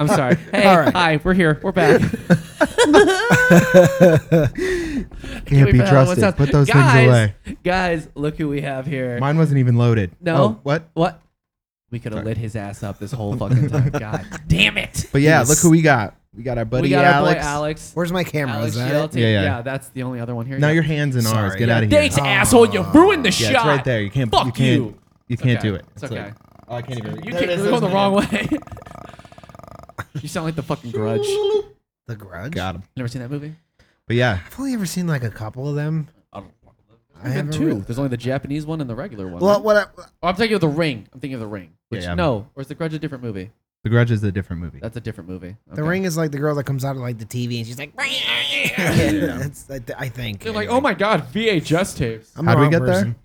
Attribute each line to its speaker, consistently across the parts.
Speaker 1: I'm sorry. Hey,
Speaker 2: All right.
Speaker 1: hi, we're here. We're back.
Speaker 3: Can't be trusted. Put those
Speaker 1: guys,
Speaker 3: things away.
Speaker 1: Guys, look who we have here.
Speaker 3: Mine wasn't even loaded.
Speaker 1: No.
Speaker 3: Oh, what?
Speaker 1: what? We could have lit his ass up this whole fucking time. God damn it.
Speaker 3: But yeah,
Speaker 2: Yes.
Speaker 3: look who we got. We got our buddy
Speaker 1: we got
Speaker 3: Alex.
Speaker 1: our boy Alex.
Speaker 2: Where's my camera?
Speaker 1: Alex
Speaker 2: Is that it?
Speaker 1: Shelton.
Speaker 3: Yeah,
Speaker 1: Yeah,
Speaker 3: yeah.
Speaker 1: that's the only other one here.
Speaker 3: Now your hands in ours.
Speaker 2: Sorry.
Speaker 3: Get
Speaker 2: Yeah,
Speaker 3: out of here.
Speaker 1: Thanks, asshole. You ruined the shot.
Speaker 3: Yeah, it's right there. You can't.
Speaker 1: Fuck
Speaker 3: you can't.
Speaker 1: you.
Speaker 3: can't
Speaker 1: okay.
Speaker 3: do it.
Speaker 1: It's okay.
Speaker 3: like- oh, I can't even.
Speaker 1: You
Speaker 3: There it
Speaker 1: can't,
Speaker 3: is.
Speaker 1: you're going the wrong way. you sound like the fucking grudge.
Speaker 2: The Grudge.
Speaker 3: Got him.
Speaker 1: Never seen that movie?
Speaker 3: But yeah,
Speaker 2: I've only ever seen like a couple of them.
Speaker 1: I don't know.
Speaker 2: I
Speaker 1: There's been
Speaker 2: haven't
Speaker 1: two.
Speaker 2: really-
Speaker 1: There's only the Japanese one and the regular one.
Speaker 2: Well,
Speaker 1: right?
Speaker 2: what? I,
Speaker 1: oh, I'm thinking of the Ring. I'm thinking of the Ring. Which
Speaker 3: Yeah, yeah.
Speaker 1: no, or is the Grudge a different movie?
Speaker 3: The Grudge is a different movie.
Speaker 1: That's a different movie.
Speaker 2: the
Speaker 1: Okay.
Speaker 2: Ring is like the girl that comes out of like the TV and she's like. That's, I, I think.
Speaker 1: They're like, oh my god, VHS tapes.
Speaker 2: I'm
Speaker 3: How do we
Speaker 2: wrong
Speaker 3: get there?
Speaker 2: person.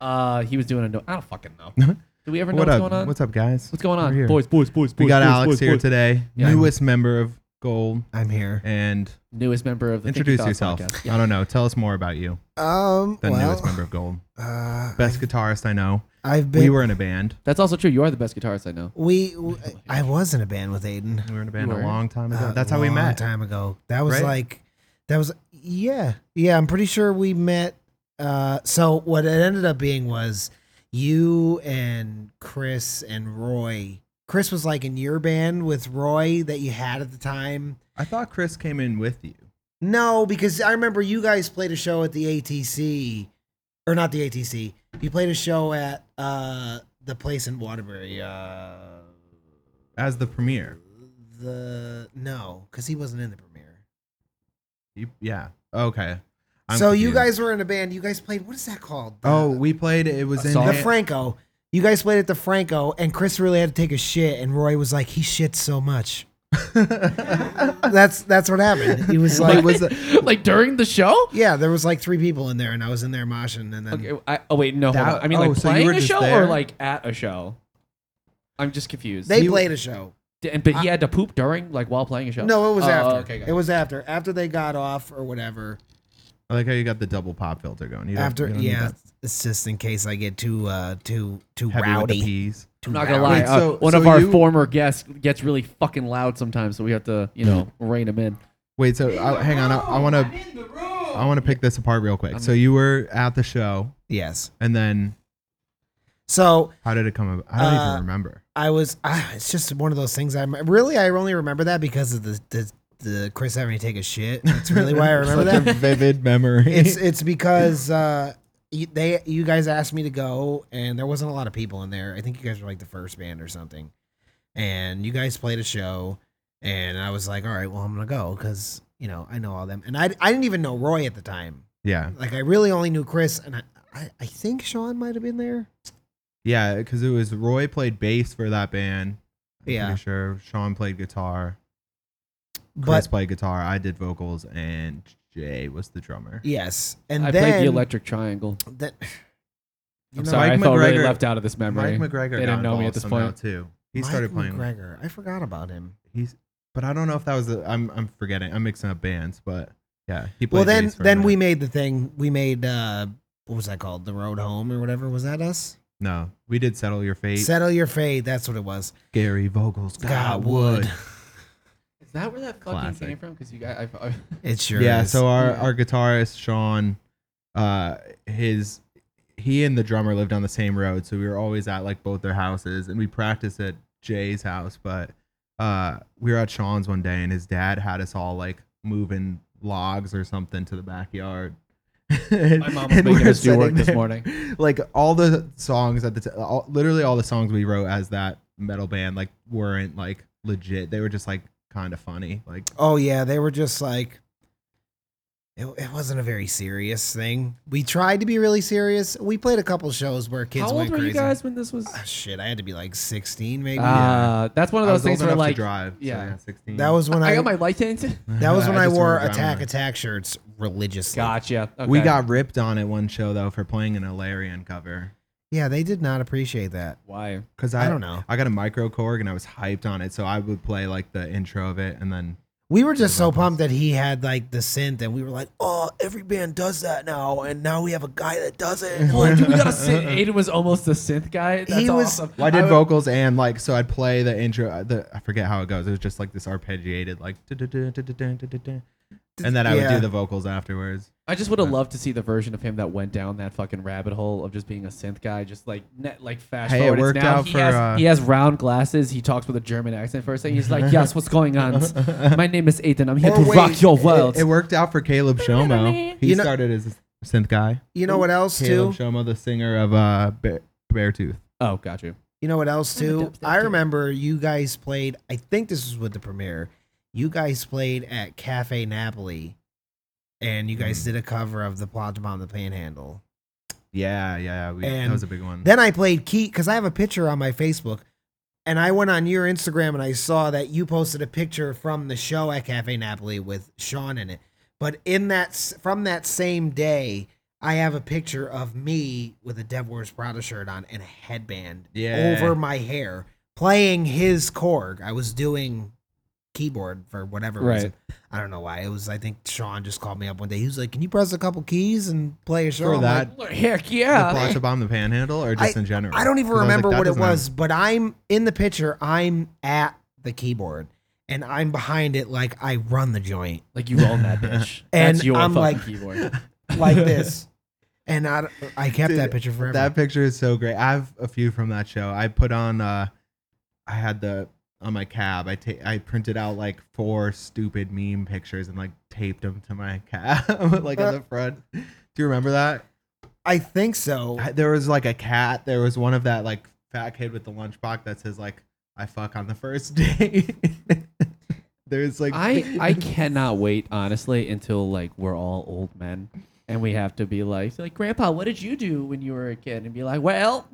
Speaker 1: Uh, he was doing a no. I don't fucking know. Do we ever know
Speaker 3: what
Speaker 1: what's
Speaker 3: up?
Speaker 1: going on?
Speaker 3: What's up, guys?
Speaker 1: What's going
Speaker 3: We're
Speaker 1: on,
Speaker 3: here.
Speaker 1: boys? Boys, boys, boys.
Speaker 3: we got
Speaker 1: boys,
Speaker 3: Alex
Speaker 1: boys,
Speaker 3: here
Speaker 1: boys.
Speaker 3: today,
Speaker 1: Yeah.
Speaker 3: newest member of Gold,
Speaker 2: I'm here.
Speaker 3: and
Speaker 1: Newest member of the Think You
Speaker 3: introduce
Speaker 1: Thought
Speaker 3: yourself.
Speaker 1: podcast.
Speaker 3: I don't know. Tell us more about you.
Speaker 2: Um.
Speaker 3: The
Speaker 2: well,
Speaker 3: newest member of Gold,
Speaker 2: uh,
Speaker 3: best guitarist I know.
Speaker 2: I've been.
Speaker 3: We were in a band.
Speaker 1: That's also true. You are the best guitarist I know.
Speaker 2: We. w- I was in a band with Aiden.
Speaker 3: We were in a band a
Speaker 1: were?
Speaker 3: long time ago.
Speaker 2: Uh,
Speaker 3: That's how we
Speaker 2: long
Speaker 3: met.
Speaker 2: Time ago. That was
Speaker 3: Right?
Speaker 2: like, that was yeah, yeah. I'm pretty sure we met. Uh, so what it ended up being was you and Chris and Roy. Chris was like in your band with Roy that you had at the time.
Speaker 3: I thought Chris came in with you.
Speaker 2: No, because I remember you guys played a show at the ATC, or not the ATC. You played a show at uh, the place in Waterbury. Uh,
Speaker 3: as the premiere.
Speaker 2: the no, because he wasn't in the premiere.
Speaker 3: You, yeah. Okay. I'm
Speaker 2: so you
Speaker 3: confused.
Speaker 2: guys were in a band. You guys played. What is that called? The-
Speaker 3: Oh, we played. It was in
Speaker 1: song?
Speaker 2: the
Speaker 1: yeah.
Speaker 2: Franco. You guys played at the Franco, and Chris really had to take a shit, and Roy was like, "He shits so much." that's that's what happened. He was
Speaker 3: It
Speaker 2: like,
Speaker 3: was.
Speaker 1: like during the show?
Speaker 2: "Yeah, there was like three people in there, and I was in there moshing." And then
Speaker 1: Okay. I, oh wait, no.
Speaker 3: That-
Speaker 1: hold on. I mean,
Speaker 3: oh,
Speaker 1: like
Speaker 3: so you
Speaker 1: playing
Speaker 3: were
Speaker 1: a
Speaker 3: just
Speaker 1: show
Speaker 3: there?
Speaker 1: or like at a show. I'm just confused.
Speaker 2: they
Speaker 3: you-
Speaker 2: played a show.
Speaker 1: D- and- but he had to poop during, like while playing a show.
Speaker 2: No, it was
Speaker 1: Oh,
Speaker 2: after.
Speaker 1: Okay,
Speaker 2: it
Speaker 1: gotcha.
Speaker 2: was after. After they got off or whatever.
Speaker 3: I like how you got the double pop filter going. You don't-
Speaker 2: after
Speaker 3: you don't need
Speaker 2: yeah,
Speaker 3: that
Speaker 2: it's just in case I get too uh too too
Speaker 3: heavy with the
Speaker 2: rowdy.
Speaker 3: P's.
Speaker 2: Too
Speaker 1: I'm not gonna lie.
Speaker 2: rowdy.
Speaker 3: Wait,
Speaker 1: uh,
Speaker 3: so-
Speaker 1: one
Speaker 3: so
Speaker 1: of our
Speaker 3: you-
Speaker 1: former guests gets really fucking loud sometimes, so we have to, you know, rein him in.
Speaker 3: Wait, so I, hang on. I- I want to. I want to pick this apart real quick. so you were at the show,
Speaker 2: Yes.
Speaker 3: and then
Speaker 2: So
Speaker 3: how did it come? About? I don't
Speaker 2: Uh,
Speaker 3: even remember.
Speaker 2: I was. ah, it's just one of those things. I really, I only remember that because of the the, the Chris having to take a shit. That's really why I remember
Speaker 3: Such
Speaker 2: that.
Speaker 3: a vivid memory.
Speaker 2: It's it's because uh, you, they you guys asked me to go, and there wasn't a lot of people in there. I think you guys were like the first band or something, and you guys played a show, and I was like, all right, well, I'm gonna go because you know I know all them, and I I didn't even know Roy at the time.
Speaker 3: yeah,
Speaker 2: Like I really only knew Chris, and I I, I think Sean might have been there.
Speaker 3: yeah, because it was Roy played bass for that band. I'm
Speaker 2: Yeah.
Speaker 3: pretty sure. Sean played guitar. Chris
Speaker 2: But
Speaker 3: played guitar. I did vocals, and Jay was the drummer.
Speaker 2: yes, and
Speaker 1: I
Speaker 2: then
Speaker 1: played the electric triangle.
Speaker 2: that- You
Speaker 1: I'm
Speaker 2: know,
Speaker 1: sorry,
Speaker 3: Mike
Speaker 1: I felt
Speaker 3: McGregor-
Speaker 1: really left out of this memory.
Speaker 3: Mike McGregor
Speaker 1: They
Speaker 3: got
Speaker 1: didn't know me
Speaker 3: involved
Speaker 1: at this
Speaker 3: somehow,
Speaker 1: point.
Speaker 3: too. He
Speaker 2: Mike
Speaker 3: started playing.
Speaker 2: McGregor. I forgot about him.
Speaker 3: He's, but I don't know if that was. The, I'm I'm forgetting. I'm mixing up bands, but yeah, he played.
Speaker 2: Well, then
Speaker 3: bass for a
Speaker 2: then
Speaker 3: minute.
Speaker 2: we made the thing. We made uh, what was that called? The Road Home or whatever. Was that us?
Speaker 3: no, we did settle your fate.
Speaker 2: Settle Your Fate. That's what it was.
Speaker 3: Gary Vogel's
Speaker 2: Got
Speaker 3: got
Speaker 2: wood.
Speaker 3: wood.
Speaker 1: Is that where that fucking
Speaker 3: Classic.
Speaker 1: came from? Because you guys, I, I,
Speaker 2: It sure.
Speaker 3: yeah,
Speaker 2: Is.
Speaker 3: so uh, our our guitarist Sean, uh, his he and the drummer lived on the same road, so we were always at like both their houses, and we practiced at Jay's house, but uh, we were at Sean's one day, and his dad had us all like moving logs or something to the backyard.
Speaker 1: my mom was making us do work this morning.
Speaker 3: like all the songs at the t- all, literally all the songs we wrote as that metal band like weren't like legit they were just like kind of funny like
Speaker 2: Oh yeah, they were just like. It, it wasn't a very serious thing. We tried to be really serious. We played a couple shows where kids
Speaker 1: How
Speaker 2: went
Speaker 1: old were
Speaker 2: crazy.
Speaker 1: you guys when this was?
Speaker 2: Ah, shit, I had to be like sixteen, maybe.
Speaker 1: Uh, that's one of
Speaker 3: I
Speaker 1: those
Speaker 3: was
Speaker 1: things
Speaker 3: old
Speaker 1: where
Speaker 3: enough to
Speaker 1: like
Speaker 3: drive so
Speaker 1: yeah.
Speaker 3: yeah 16
Speaker 2: that was when I,
Speaker 1: I got my license.
Speaker 2: that was when I,
Speaker 3: just
Speaker 2: wore
Speaker 3: remember
Speaker 2: Attack
Speaker 3: driving.
Speaker 2: Attack shirts religiously.
Speaker 1: Gotcha.
Speaker 3: we
Speaker 1: Okay.
Speaker 3: got ripped on at one show though for playing an Ilarian cover
Speaker 2: Yeah, they did not appreciate that.
Speaker 1: why?
Speaker 3: because I,
Speaker 2: I don't know.
Speaker 3: I got a micro Korg and I was hyped on it so I would play like the intro of it and then
Speaker 2: We were just so
Speaker 3: Something like
Speaker 2: pumped that he had like the synth, and we were like, "Oh, every band does that now, and now we have a guy that does it." And,
Speaker 1: Like,
Speaker 2: like,
Speaker 1: dude, we got a synth. Aiden was almost a synth guy. That's
Speaker 2: He was-
Speaker 1: awesome.
Speaker 3: Well, I did
Speaker 1: would-
Speaker 3: vocals and like so I'd play the intro. uh, The I forget how it goes. It was just like this arpeggiated like du-du-du-du-du-du-du-du-du. and then I would
Speaker 2: Yeah.
Speaker 3: do the vocals afterwards.
Speaker 1: I just would have loved to see the version of him that went down that fucking rabbit hole of just being a synth guy, just like net, like fast
Speaker 3: Hey, it
Speaker 1: forward. It's
Speaker 3: worked
Speaker 1: now
Speaker 3: out
Speaker 1: he
Speaker 3: for,
Speaker 1: has,
Speaker 3: uh,
Speaker 1: he has round glasses. He talks with a German accent for a second. He's like, "Yes, what's going on? My name is Aiden. I'm here
Speaker 2: Or
Speaker 1: to
Speaker 2: wait,
Speaker 1: rock your
Speaker 3: Oh, It-
Speaker 1: world."
Speaker 3: It, worked out for Caleb Shomo. He
Speaker 2: You know-
Speaker 3: started as a synth guy.
Speaker 2: you know what else too?
Speaker 3: Caleb Shomo, the singer of uh, Bear, Beartooth.
Speaker 1: oh, got you.
Speaker 2: You know what else
Speaker 1: I'm a
Speaker 2: too?
Speaker 1: dubstep
Speaker 2: I
Speaker 1: dude.
Speaker 2: remember you guys played. I think this was with the premiere. You guys played at Cafe Napoli, and you guys
Speaker 3: Mm.
Speaker 2: did a cover of the Plot to Bomb the Panhandle.
Speaker 3: Yeah, yeah, we, that
Speaker 2: And
Speaker 3: was a big one.
Speaker 2: Then I played Keith because I have a picture on my Facebook, and I went on your Instagram and I saw that you posted a picture from the show at Cafe Napoli with Sean in it. But in that s- from that same day, I have a picture of me with a Dev Wars Prada shirt on and a headband
Speaker 3: Yeah.
Speaker 2: over my hair playing his Korg. I was doing keyboard for whatever
Speaker 1: Right.
Speaker 2: reason. I don't know why. It was I think Sean just called me up one day. He was like, "Can you press a couple keys and play a show?"
Speaker 3: For
Speaker 2: I'm like,
Speaker 3: that,
Speaker 1: Heck
Speaker 3: the
Speaker 1: yeah!
Speaker 3: plot to bomb the Panhandle, or just in general?
Speaker 2: I don't even
Speaker 3: 'Cause I was like,
Speaker 2: remember
Speaker 3: that
Speaker 2: what it
Speaker 3: doesn't have-
Speaker 2: was, but I'm in the picture. I'm at the keyboard and I'm behind it like I run the joint
Speaker 1: Like you own that bitch.
Speaker 2: And
Speaker 1: That's your
Speaker 2: I'm
Speaker 1: fucking
Speaker 2: like-
Speaker 1: keyboard.
Speaker 2: like this. And I, I kept
Speaker 3: Dude,
Speaker 2: that picture forever.
Speaker 3: That picture is so great. I have a few from that show. I put on uh I had the on my cab. I ta- I printed out like four stupid meme pictures and like taped them to my cab like on the front. Do you remember that?
Speaker 2: I think so.
Speaker 3: I- There was like a cat. There was one of that like fat kid with the lunchbox that says like I fuck on the first day. There's like
Speaker 1: I I cannot wait honestly until like we're all old men and we have to be like like Grandpa, what did you do when you were a kid? And be like, well,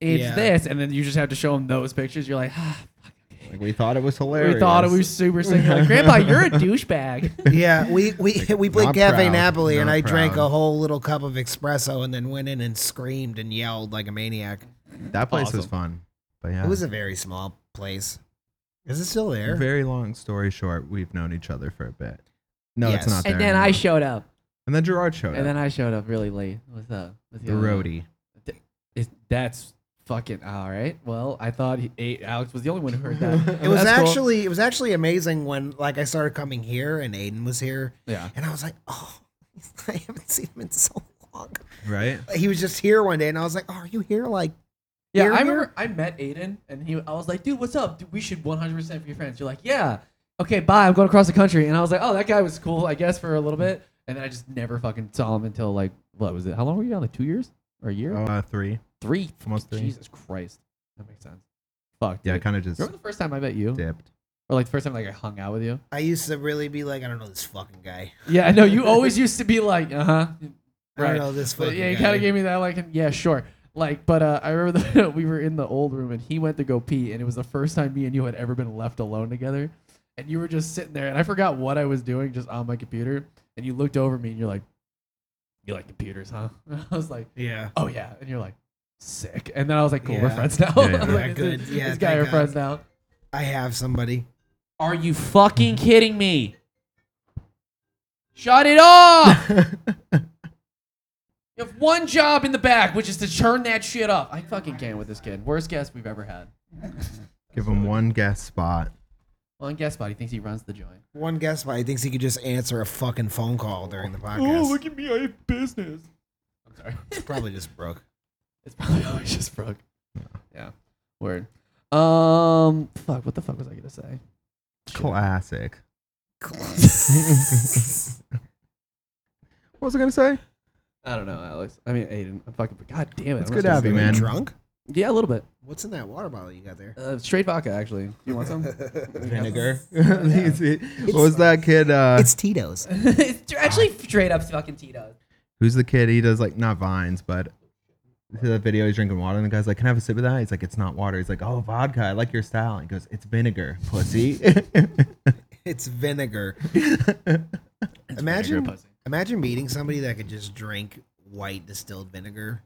Speaker 1: it's
Speaker 2: Yeah.
Speaker 1: this, and then you just have to show them those pictures. You're like, ah, fuck, okay."
Speaker 3: like, we thought it was hilarious.
Speaker 1: we thought it was super sick. Like, Grandpa, you're a douchebag.
Speaker 2: yeah, we we, we played
Speaker 3: Not
Speaker 2: Cafe
Speaker 3: proud,
Speaker 2: Napoli and
Speaker 3: not
Speaker 2: I drank a
Speaker 3: proud.
Speaker 2: whole little cup of espresso and then went in and screamed and yelled like a maniac.
Speaker 3: that place was
Speaker 1: Awesome.
Speaker 3: fun. But yeah.
Speaker 2: It was a very small place. Is it still there?
Speaker 3: Very long story short, we've known each other for a bit. No,
Speaker 2: Yes.
Speaker 3: it's not.
Speaker 1: and
Speaker 3: there
Speaker 1: then I
Speaker 3: anymore.
Speaker 1: showed up,
Speaker 3: and then Gerard showed
Speaker 1: and
Speaker 3: up.
Speaker 1: then I showed up really late with uh with
Speaker 3: the
Speaker 1: other one.
Speaker 3: roadie.
Speaker 1: Is- that's fucking all right. Well, I thought he, eh, Alex was the only one who heard that.
Speaker 2: It was
Speaker 1: That's cool.
Speaker 2: actually it was actually amazing when like I started coming here and Aiden was here
Speaker 1: yeah.
Speaker 2: And I was like, oh, I haven't seen him in so long.
Speaker 3: Right?
Speaker 2: He was just here one day, and I was like, oh, are you here? Like,
Speaker 1: Yeah,
Speaker 2: Here,
Speaker 1: I
Speaker 2: here?
Speaker 1: remember I met Aiden and he I was like, dude, what's up? Dude, we should 100% be friends. You're like, yeah. Okay, bye. I'm going across the country. And I was like, oh, that guy was cool, I guess, for a little bit. And then I just never fucking saw him until like, what was it? How long were you down? Like two years or a year?
Speaker 3: Uh, three.
Speaker 1: three.
Speaker 3: Almost three.
Speaker 1: Jesus Christ. That makes sense. Fuck.
Speaker 3: Yeah, I
Speaker 1: dude.
Speaker 3: kind of just
Speaker 1: Remember the first time I met you?
Speaker 3: dipped.
Speaker 1: Or like the first time like I hung out with you?
Speaker 2: I used to really be like, I don't know this fucking guy.
Speaker 1: Yeah, I know. You always used to be like, uh huh.
Speaker 2: I
Speaker 1: Right.
Speaker 2: don't know this
Speaker 1: But
Speaker 2: fucking
Speaker 1: yeah, he
Speaker 2: guy.
Speaker 1: kind of gave me that like, yeah, sure. Like, but uh, I remember that we were in the old room and he went to go pee, and it was the first time me and you had ever been left alone together. And you were just sitting there, and I forgot what I was doing, just on my computer. And you looked over at me, and you're like, "You like computers, huh?" And I was like,
Speaker 2: yeah.
Speaker 1: "Oh yeah," and you're like, "Sick." And then I was like, "Cool, we're
Speaker 2: Yeah.
Speaker 1: friends now."
Speaker 3: Yeah, yeah.
Speaker 1: I was like,
Speaker 2: Yeah,
Speaker 1: "This-
Speaker 2: good. Yeah,
Speaker 1: this guy,
Speaker 2: thank
Speaker 1: we're
Speaker 2: God.
Speaker 1: friends now.
Speaker 2: I have somebody.
Speaker 1: Are you fucking kidding me? Shut it off! You have one job in the back, which is to turn that shit up. I fucking can't with this kid. Worst guest we've ever had.
Speaker 3: Give him one guest spot.
Speaker 1: Well, and guess what? He thinks he runs the joint.
Speaker 2: One guest spot. He thinks he could just answer a fucking phone call during the podcast.
Speaker 1: at me. I have business. I'm sorry.
Speaker 2: It's probably just Brooke.
Speaker 1: it's probably always just Brooke. Yeah. Word. Um, fuck, what the fuck was I going to say?
Speaker 3: Classic.
Speaker 2: Close.
Speaker 3: What was I gonna say?
Speaker 1: I don't know, Alex. I mean, Aiden. I'm fucking, god damn it.
Speaker 3: It's
Speaker 1: I'm
Speaker 3: good
Speaker 1: not
Speaker 3: to have
Speaker 1: supposed
Speaker 3: you, man.
Speaker 2: Drunk?
Speaker 1: Yeah, a little bit.
Speaker 2: What's in that water bottle you got there?
Speaker 1: Uh, straight vodka, actually. You want some?
Speaker 3: Vinegar. what was that kid? Uh,
Speaker 2: it's Tito's.
Speaker 1: it's actually straight up fucking Tito's.
Speaker 3: who's the kid? He does like not vines, but see that video. He's drinking water, and the guy's like, "Can I have a sip of that?" He's like, "It's not water." He's like, "Oh, vodka. I like your style." He goes, "It's vinegar, pussy."
Speaker 2: It's vinegar.
Speaker 1: Vinegar
Speaker 2: Imagine
Speaker 1: pussy.
Speaker 2: Imagine meeting somebody that could just drink white distilled vinegar.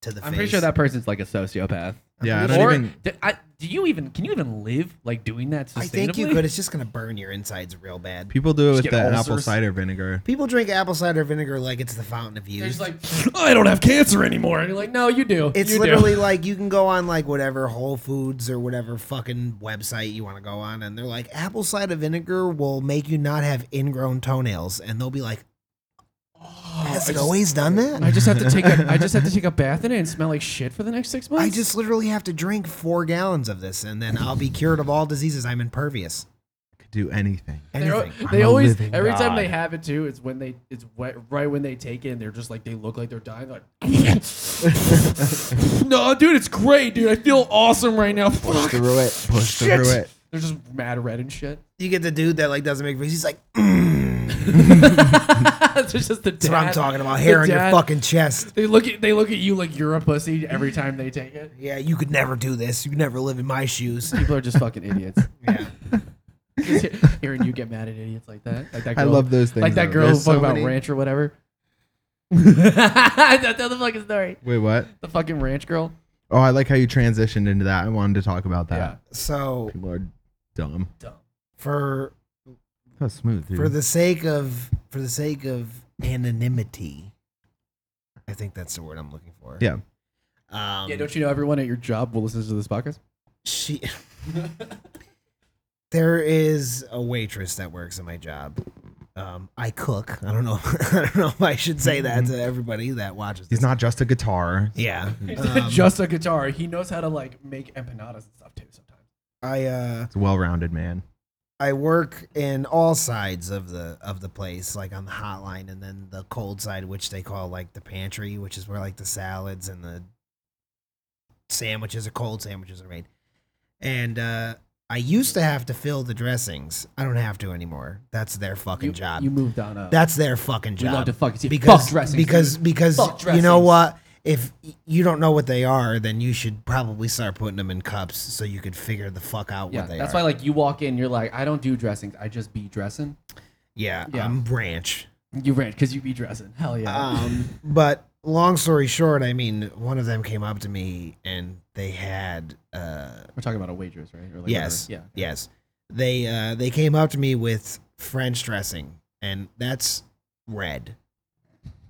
Speaker 2: to the
Speaker 1: I'm
Speaker 2: face.
Speaker 1: pretty sure that person's like a sociopath.
Speaker 3: Yeah, I
Speaker 2: pretty
Speaker 3: don't
Speaker 1: Or
Speaker 3: even.
Speaker 1: do, I, do you even can you even live like doing that sustainably?
Speaker 2: I think you could. It's just gonna burn your insides real bad.
Speaker 3: People do it
Speaker 1: Just
Speaker 3: with
Speaker 1: get
Speaker 3: that apple
Speaker 1: ulcers.
Speaker 3: cider vinegar.
Speaker 2: People drink apple cider vinegar like it's the fountain of
Speaker 1: They're
Speaker 2: youth.
Speaker 1: just like, "Oh, I don't have cancer anymore, and you're like, no, you do.
Speaker 2: it's
Speaker 1: You do."
Speaker 2: literally like you can go on like whatever Whole Foods or whatever fucking website you want to go on, and they're like apple cider vinegar will make you not have ingrown toenails, and they'll be like,
Speaker 1: Oh, I
Speaker 2: has it
Speaker 1: just-
Speaker 2: always done that?
Speaker 1: I just have to take a, I just have to take a bath in it and smell like shit for the next six months.
Speaker 2: I just literally have to drink four gallons of this, and then I'll be cured of all diseases. I'm impervious.
Speaker 3: Could do anything.
Speaker 1: They're-
Speaker 2: Anything.
Speaker 1: they
Speaker 3: I'm a
Speaker 1: always
Speaker 3: living
Speaker 1: every time
Speaker 3: god.
Speaker 1: they have it too. It's when they it's wet, right when they take it. and They're just like they look like they're dying. They're like, no, dude, it's great, dude. I feel awesome right now. Fuck.
Speaker 3: Through it. Push
Speaker 1: Shit.
Speaker 3: through it.
Speaker 1: They're just mad red and shit.
Speaker 2: You get the dude that like doesn't make faces. He's like, "Mm."
Speaker 1: It's just the
Speaker 2: that's what I'm
Speaker 1: dad-
Speaker 2: talking about. Hair
Speaker 1: the
Speaker 2: on your
Speaker 1: dad-
Speaker 2: fucking chest.
Speaker 1: They look at they look at you like you're a pussy every time they take it.
Speaker 2: Yeah, you could never do this. You could never live in my shoes.
Speaker 1: People are just fucking idiots.
Speaker 2: Yeah.
Speaker 1: Just he- hearing you get mad at idiots like that, like that
Speaker 3: I
Speaker 1: girl-
Speaker 3: love those things.
Speaker 1: like that
Speaker 3: though.
Speaker 1: girl who
Speaker 3: There's
Speaker 1: fuck
Speaker 3: so
Speaker 1: about
Speaker 3: many-
Speaker 1: ranch or whatever. Tell the fucking story.
Speaker 3: Wait, what?
Speaker 1: The fucking ranch girl.
Speaker 3: Oh, I like how you transitioned into that. I wanted to talk about that.
Speaker 2: So
Speaker 3: People are dumb.
Speaker 2: for
Speaker 3: That was smooth, dude.
Speaker 2: for the sake of for the sake of anonymity, I think that's the word I'm looking for.
Speaker 3: Yeah.
Speaker 2: Um,
Speaker 1: yeah, don't you know everyone at your job will listen to this podcast?
Speaker 2: she there is a waitress that works at my job um, i cook i don't know i don't know if i should say that to everybody that watches
Speaker 3: Mm-hmm. He's
Speaker 2: this.
Speaker 3: not just a guitar.
Speaker 2: yeah um,
Speaker 1: Just a guitar. He knows how to like make empanadas and stuff too. Sometimes.
Speaker 2: i uh
Speaker 3: It's a well-rounded man.
Speaker 2: i work in all sides of the of the place like on the hotline and then the cold side which they call like the pantry which is where like the salads and the sandwiches or cold sandwiches are made and uh I used to have to fill the dressings. I don't have to anymore. That's their fucking
Speaker 1: you,
Speaker 2: job.
Speaker 1: You moved on up.
Speaker 2: That's their fucking
Speaker 1: we love
Speaker 2: job.
Speaker 1: to fucking see.
Speaker 2: because
Speaker 1: fuck dressings.
Speaker 2: because because
Speaker 1: Fuck
Speaker 2: you know
Speaker 1: dressings.
Speaker 2: what? If y- you don't know what they are, then you should probably start putting them in cups so you could figure the fuck out
Speaker 1: yeah,
Speaker 2: what they
Speaker 1: that's
Speaker 2: are.
Speaker 1: why like you walk in, you're like, I don't do dressings. I just be dressing.
Speaker 2: yeah,
Speaker 1: yeah.
Speaker 2: I'm ranch.
Speaker 1: You ranch because you be dressing. Hell yeah.
Speaker 2: Um, but long story short, I mean, one of them came up to me and they had uh,
Speaker 1: We're talking about a waitress, right? Or like
Speaker 2: yes,
Speaker 1: whatever. Yeah.
Speaker 2: yes. They uh, they came up to me with French dressing, and that's red.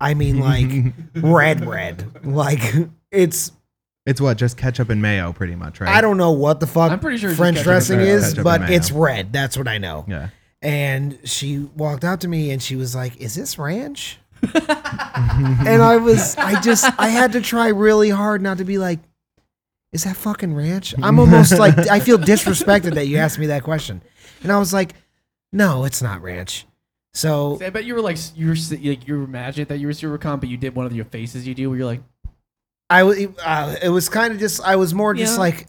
Speaker 2: I mean, like red, red. Like it's
Speaker 3: it's what just ketchup and mayo, pretty much, right?
Speaker 2: I don't know what the fuck
Speaker 1: I'm pretty sure it's
Speaker 2: French
Speaker 1: just ketchup
Speaker 2: dressing
Speaker 1: and mayo.
Speaker 2: is,
Speaker 3: Ketchup and
Speaker 2: but
Speaker 3: mayo.
Speaker 2: it's red. That's what I know.
Speaker 3: Yeah.
Speaker 2: And she walked up to me and she was like, "Is this ranch?" and I was, I just, I had to try really hard not to be like, "Is that fucking ranch?" I'm almost like, I feel disrespected that you asked me that question. And I was like, "No, it's not ranch." So
Speaker 1: See, I bet you were like s- you were s- like you were mad that you were super calm, but you did one of your faces you do where you're like,
Speaker 2: I was, uh, it was kind of just, I was more just
Speaker 1: Yeah.
Speaker 2: like,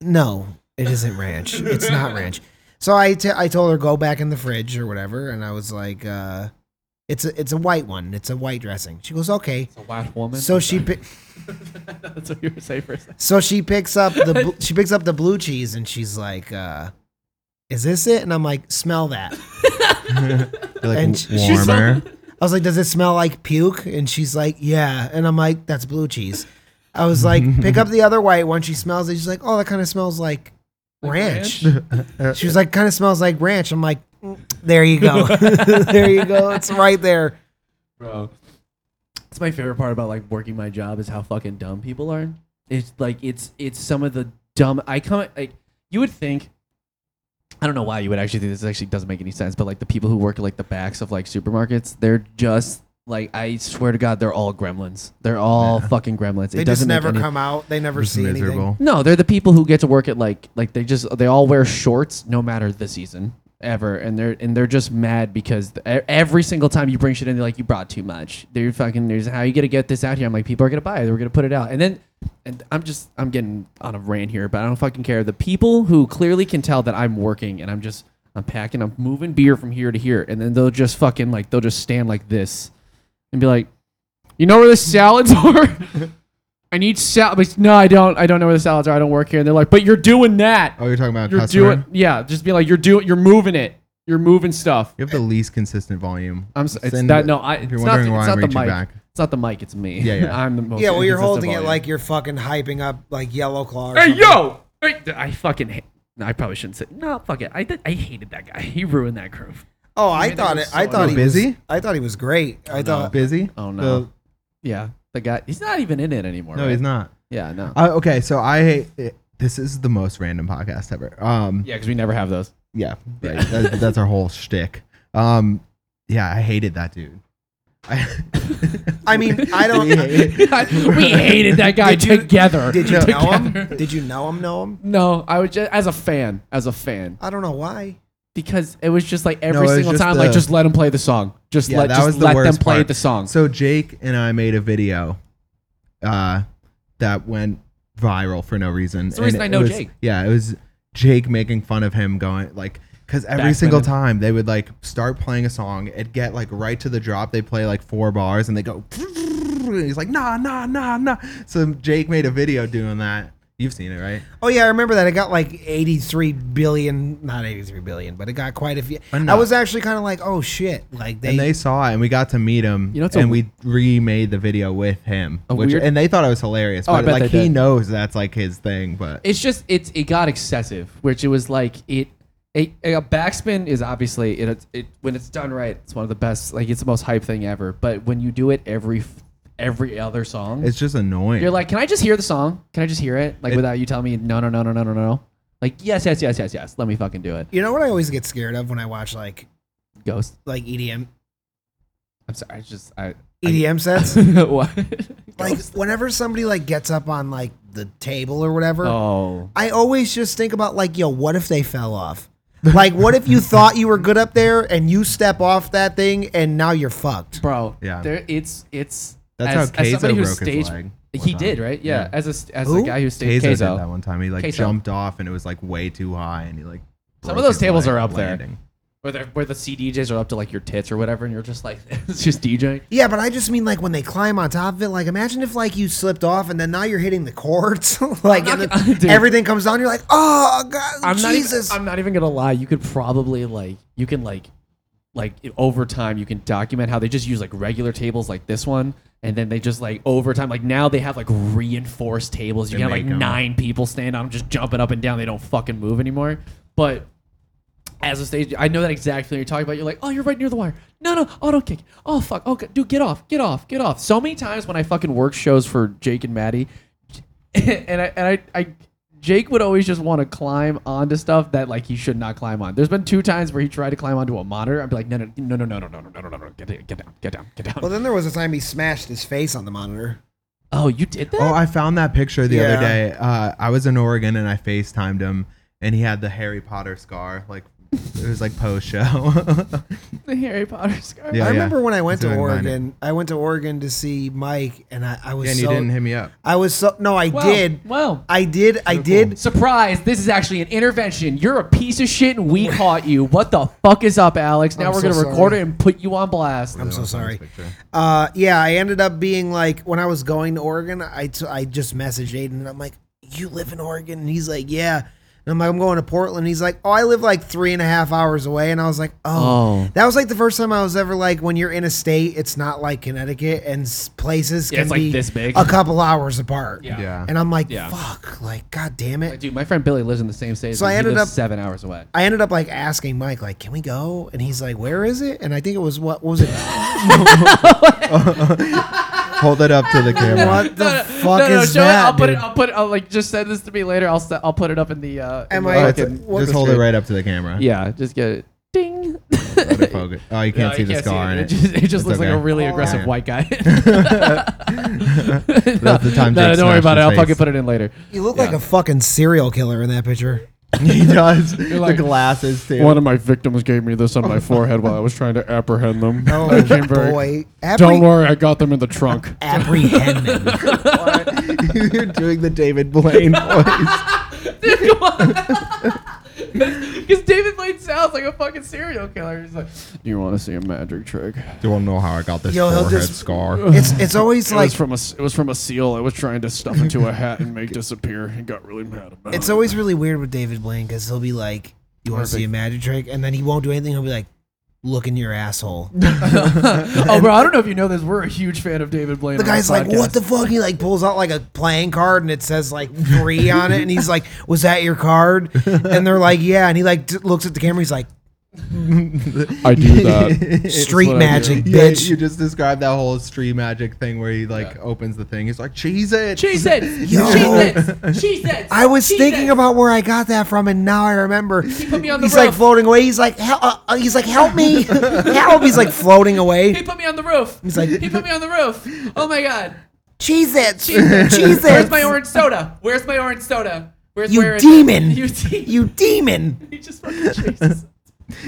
Speaker 2: no, it isn't ranch. it's not ranch. So I, t- I told her go back in the fridge or whatever, and I was like, uh, it's a, it's a white one. It's a white dressing. She goes, okay.
Speaker 1: "It's a white woman."
Speaker 2: So she, pi-
Speaker 1: That's what you were saying for a second.
Speaker 2: so she picks up the, bl- she picks up the blue cheese, and she's like, uh, is this it? And I'm like, smell that.
Speaker 3: They're like
Speaker 2: And
Speaker 3: w-
Speaker 2: she- she's
Speaker 3: warmer.
Speaker 2: I was like, does it smell like puke? And she's like, yeah. And I'm like, that's blue cheese. I was like, pick up the other white one. She smells it. She's like, oh, that kind of smells like ranch. she was like, kind of smells like ranch. I'm like, "Mm, there you go. there you go. It's right there.
Speaker 1: bro. That's my favorite part about like working my job is how fucking dumb people are. It's like it's it's some of the dumb. I come like you would think. I don't know why you would actually think this actually doesn't make any sense, but like the people who work at like the backs of like supermarkets, they're just like I swear to God, they're all gremlins. They're all fucking gremlins.
Speaker 2: They
Speaker 1: it
Speaker 2: just
Speaker 1: doesn't make
Speaker 2: never
Speaker 1: any-
Speaker 2: come out. They never
Speaker 3: Just
Speaker 2: see anything.
Speaker 3: miserable.
Speaker 1: No, they're the people who get to work at like like they just they all wear shorts no matter the season ever, and they're and they're just mad because th- e- every single time you bring shit in, they're like you brought too much. They're fucking. There's how you gonna get this out here? I'm like people are gonna buy it. We're gonna put it out, and then and I'm just I'm getting on a rant here, but I don't fucking care. The people who clearly can tell that I'm working and I'm just I'm packing, I'm moving beer from here to here, and then they'll just fucking like they'll just stand like this and be like, you know where the salads are. I need salad. But no, I don't. I don't know where the salads are. I don't work here. And they're like, but you're doing that.
Speaker 3: Oh, you're talking about a
Speaker 1: you're
Speaker 3: customer.
Speaker 1: doing. Yeah, just be like, you're doing. You're moving it. You're moving stuff.
Speaker 3: You have the least consistent volume.
Speaker 1: I'm. s- It's
Speaker 3: Send-
Speaker 1: that. No, I.
Speaker 3: If
Speaker 1: It's
Speaker 3: you're
Speaker 1: not,
Speaker 3: wondering
Speaker 1: it's
Speaker 3: why
Speaker 1: not
Speaker 3: I'm
Speaker 1: the
Speaker 3: reaching
Speaker 1: mic.
Speaker 3: back,
Speaker 1: It's not the mic, it's me.
Speaker 3: Yeah, yeah.
Speaker 1: I'm the most.
Speaker 2: yeah, well, you're
Speaker 1: inconsistent
Speaker 2: holding it
Speaker 1: volume.
Speaker 2: like you're fucking hyping up like Yellow Claw. or
Speaker 1: Hey
Speaker 2: something.
Speaker 1: yo! Hey, th- I fucking. Ha- no, I probably shouldn't say. No, fuck it. I did, I hated that guy. He ruined that groove.
Speaker 2: Oh,
Speaker 1: I
Speaker 2: I
Speaker 1: mean,
Speaker 2: thought
Speaker 1: it
Speaker 2: it.
Speaker 1: was
Speaker 2: I
Speaker 1: so
Speaker 2: thought he
Speaker 3: busy.
Speaker 2: Was, I thought he was great. I thought.
Speaker 3: busy.
Speaker 1: Oh,
Speaker 3: The-
Speaker 1: no. Yeah, the guy. He's not even in it anymore.
Speaker 3: no,
Speaker 1: right?
Speaker 3: he's not.
Speaker 1: Yeah, no.
Speaker 3: Uh, okay, so I it, this is the most random podcast ever. Um,
Speaker 1: yeah, because we never have those.
Speaker 3: yeah, right. That- that's our whole shtick. Um, yeah, I hated that dude. I,
Speaker 2: I mean, I don't.
Speaker 1: we hated that guy
Speaker 2: Did you-
Speaker 1: together.
Speaker 2: Did you know
Speaker 1: together.
Speaker 2: him? Did you know him? Know him?
Speaker 1: No, I was just as a fan, as a fan,
Speaker 2: I don't know why.
Speaker 1: because it was just like every
Speaker 3: it was
Speaker 1: single
Speaker 3: just
Speaker 1: time,
Speaker 3: the-
Speaker 1: like just let him play the song, just
Speaker 3: Yeah,
Speaker 1: let
Speaker 3: that
Speaker 1: just
Speaker 3: was the
Speaker 1: let them
Speaker 3: worst
Speaker 1: play
Speaker 3: part.
Speaker 1: the song.
Speaker 3: So Jake and I made a video uh, that went viral for no reason.
Speaker 1: It's the reason
Speaker 3: And
Speaker 1: I
Speaker 3: it
Speaker 1: know
Speaker 3: was-
Speaker 1: Jake.
Speaker 3: Yeah, it was Jake making fun of him going like because every
Speaker 1: Backspinning.
Speaker 3: single time they would like start playing a song, it'd get like right to the drop. They play like four bars and they go. And he's like, nah, nah, nah, nah. So Jake made a video doing that. You've seen it, right?
Speaker 2: Oh yeah, I remember that. It got like 83 billion, not 83 billion, but it got quite a few. I
Speaker 3: Enough.
Speaker 2: was actually kind of like, oh shit, like they.
Speaker 3: and they saw it, and we got to meet him,
Speaker 1: You know, it's a-
Speaker 3: and we remade the video with him,
Speaker 1: A
Speaker 3: which
Speaker 1: weird-
Speaker 3: and they thought it was hilarious.
Speaker 1: Oh, I
Speaker 3: But
Speaker 1: bet
Speaker 3: like
Speaker 1: they
Speaker 3: he
Speaker 1: did.
Speaker 3: knows that's like his thing, but
Speaker 1: it's just it's it got excessive, which it was like it a, a backspin is obviously it, it when it's done right, it's one of the best, like it's the most hype thing ever. But when you do it every f- every other song,
Speaker 3: It's just annoying.
Speaker 1: you're like, can I just hear the song? Can I just hear it? Like
Speaker 3: It-
Speaker 1: without you telling me no, no, no, no, no, no, no. Like yes, yes, yes, yes, yes. Let me fucking do it.
Speaker 2: you know what I always get scared of when I watch like
Speaker 1: Ghost.
Speaker 2: like E EDM
Speaker 1: I'm sorry. I just I. I
Speaker 2: EDM E sets.
Speaker 1: what?
Speaker 2: like whenever somebody like gets up on like the table or whatever,
Speaker 1: oh.
Speaker 2: I always just think about like, yo, what if they fell off? Like, what if you thought you were good up there and you step off that thing and now you're fucked?
Speaker 1: bro.
Speaker 3: Yeah.
Speaker 1: there, it's it's. as,
Speaker 3: That's how
Speaker 1: as
Speaker 3: Keizo
Speaker 1: somebody who
Speaker 3: broke his
Speaker 1: staged,
Speaker 3: leg one
Speaker 1: He
Speaker 3: time.
Speaker 1: did right, yeah.
Speaker 3: Yeah.
Speaker 1: As a s- as a
Speaker 2: Who?
Speaker 1: guy who
Speaker 3: Taser
Speaker 1: staged
Speaker 3: did
Speaker 1: Keizo.
Speaker 3: that one time. He like
Speaker 1: Keizo.
Speaker 3: jumped off, and it was like way too high, and he like.
Speaker 1: Some
Speaker 3: broke
Speaker 1: of those
Speaker 3: his
Speaker 1: tables
Speaker 3: leg
Speaker 1: are up there.
Speaker 3: landing.
Speaker 1: where the where the CDJs are up to like your tits or whatever, and you're just like it's just DJing.
Speaker 2: Yeah, but I just mean like when they climb on top of it. Like, imagine if like you slipped off and then now you're hitting the cords, like
Speaker 1: I'm
Speaker 2: and
Speaker 1: not
Speaker 2: then
Speaker 1: gonna- Dude.
Speaker 2: everything comes down. You're like, oh god,
Speaker 1: I'm
Speaker 2: Jesus.
Speaker 1: not even, I'm not even gonna lie. You could probably like you can like like over time you can document how they just use like regular tables like this one, and then they just like over time like now they have like reinforced tables. You
Speaker 3: They
Speaker 1: can have like
Speaker 3: make 'em.
Speaker 1: nine people stand on them just jumping up and down. They don't fucking move anymore. But as a stage, I know that exact thing you're talking about. You're like, oh, you're right near the wire. No, no, auto kick. Oh, fuck. Oh, God. dude, get off, get off, get off. So many times when I fucking work shows for Jake and Maddie, and I and I, I Jake would always just want to climb onto stuff that like he should not climb on. There's been two times where he tried to climb onto a monitor. I'd be like, no, no, no, no, no, no, no, no, no, no, no, no, get down, get down, get down, get
Speaker 2: well,
Speaker 1: down.
Speaker 2: then there was a time he smashed his face on the monitor.
Speaker 1: Oh, you did that?
Speaker 3: Oh, I found that picture the
Speaker 2: Yeah.
Speaker 3: other day. Uh, I was in Oregon, and I FaceTimed him, and he had the Harry Potter scar. Like it was like post show.
Speaker 1: the Harry Potter scarf.
Speaker 3: Yeah.
Speaker 2: I remember when I went
Speaker 3: That's
Speaker 2: to
Speaker 3: what I mean.
Speaker 2: Oregon. I went to Oregon to see Mike, and I, I was
Speaker 3: and
Speaker 2: so
Speaker 3: you didn't hit me up.
Speaker 2: I was so no, I
Speaker 1: Wow.
Speaker 2: did.
Speaker 1: Wow.
Speaker 2: I did. I did.
Speaker 1: Surprise! This is actually an intervention. You're a piece of shit, and we caught you. What the fuck is up, Alex? Now
Speaker 2: I'm
Speaker 1: we're
Speaker 2: so
Speaker 1: gonna record
Speaker 2: sorry.
Speaker 1: it and put you on blast.
Speaker 2: I'm
Speaker 3: I
Speaker 2: so
Speaker 3: found
Speaker 2: sorry.
Speaker 3: this picture.
Speaker 2: Uh, yeah, I ended up being like when I was going to Oregon, I, t- I just messaged Aiden and I'm like, "You live in Oregon?" And he's like, "Yeah." And I'm like, "I'm going to Portland." He's like, "Oh, I live like three and a half hours away." And I was like, "Oh."
Speaker 1: Oh.
Speaker 2: That was like the first time I was ever like, when you're in a state, it's not like Connecticut and s- places
Speaker 1: Yeah,
Speaker 2: can
Speaker 1: it's, like,
Speaker 2: be
Speaker 1: this big.
Speaker 2: a couple hours apart.
Speaker 1: Yeah.
Speaker 3: Yeah.
Speaker 2: And I'm like,
Speaker 1: Yeah.
Speaker 2: "Fuck!" Like, god damn it.
Speaker 1: Dude, my friend Billy lives in the same state.
Speaker 2: So
Speaker 1: So
Speaker 2: I
Speaker 1: I
Speaker 2: ended
Speaker 1: ended
Speaker 2: up-
Speaker 1: seven hours away.
Speaker 2: I ended up like asking Mike, like, "Can we go?" And he's like, "Where is it?" And I think it was what, what was it?
Speaker 3: Hold it up to the camera.
Speaker 2: what the fuck
Speaker 1: no, no,
Speaker 2: is
Speaker 1: show
Speaker 2: that?
Speaker 1: it. I'll put
Speaker 2: dude?
Speaker 1: it. I'll put. I'll like just send this to me later. I'll se- I'll put it up in the. Uh, in
Speaker 2: Am
Speaker 1: the
Speaker 2: I-
Speaker 3: Oh, it's,
Speaker 1: fucking-
Speaker 2: what
Speaker 3: just
Speaker 2: the
Speaker 3: hold it
Speaker 2: shit?
Speaker 3: right up to the camera.
Speaker 1: yeah, just get it. Ding.
Speaker 3: Let it focus. Oh, you can't
Speaker 1: No,
Speaker 3: see
Speaker 1: you
Speaker 3: the
Speaker 1: can't it.
Speaker 3: scar in
Speaker 1: It just, it just
Speaker 3: It's
Speaker 1: looks like a
Speaker 3: okay.
Speaker 1: really
Speaker 2: Oh.
Speaker 1: aggressive
Speaker 3: Yeah.
Speaker 1: white guy.
Speaker 3: That's the time
Speaker 1: no, don't worry
Speaker 3: Jake smashed
Speaker 1: about it.
Speaker 3: his
Speaker 1: I'll
Speaker 3: face.
Speaker 1: fucking put it in later.
Speaker 2: You look like a fucking serial killer in that picture.
Speaker 3: he does.
Speaker 1: like-
Speaker 3: the glasses too.
Speaker 4: One of my victims gave me this on my forehead while I was trying to apprehend them.
Speaker 2: Oh
Speaker 4: I came very-
Speaker 2: boy!
Speaker 4: Don't worry, I got them in the trunk.
Speaker 2: Apprehend them.
Speaker 3: You're doing the David Blaine voice.
Speaker 1: Because David Blaine sounds like a fucking serial killer. He's like,
Speaker 4: Do you want to see a magic trick? It
Speaker 3: Do you want to know how I got this
Speaker 2: Yo, he'll
Speaker 3: forehead
Speaker 2: just-
Speaker 3: scar?
Speaker 2: It's it's always like
Speaker 4: was from a s- it was from a seal. I was trying to stuff into a hat and make disappear. He got really mad about
Speaker 2: it's
Speaker 4: it.
Speaker 2: always really weird with David Blaine because he'll be like, "You want to see a magic trick?" and then he won't do anything. He'll be like, looking your asshole.
Speaker 1: oh, bro, I don't know if you know this. We're a huge fan of David Blaine.
Speaker 2: The
Speaker 1: on our
Speaker 2: guy's like, "What
Speaker 1: podcast.
Speaker 2: the fuck?" He like pulls out like a playing card and it says like three on it, and he's like, "Was that your card?" And they're like, "Yeah." And he like t- looks at the camera. He's like,
Speaker 4: I do that.
Speaker 2: "Street
Speaker 4: what I do.
Speaker 2: magic,
Speaker 3: Yeah,
Speaker 2: bitch."
Speaker 3: you just described that whole street magic thing where he like opens the thing. He's like, cheese it.
Speaker 1: Cheese it!
Speaker 2: Yo.
Speaker 1: Cheese it!
Speaker 2: I was
Speaker 1: Cheese
Speaker 2: thinking
Speaker 1: it!
Speaker 2: about where I got that from, and now I remember.
Speaker 1: put me on the
Speaker 2: he's like
Speaker 1: roof.
Speaker 2: floating away. He's like, "Hel- uh, uh," he's like, help me, help. He's like floating away.
Speaker 1: put me on the roof. He's
Speaker 2: like-
Speaker 1: he put me on the roof. Oh my god!
Speaker 2: Cheese it, cheese
Speaker 1: Cheese
Speaker 2: it, cheese it.
Speaker 1: orange soda? Where's my orange soda? Where's
Speaker 2: You
Speaker 1: where is
Speaker 2: demon.
Speaker 1: it? You demon!
Speaker 2: You demon.
Speaker 1: He just fucking chases.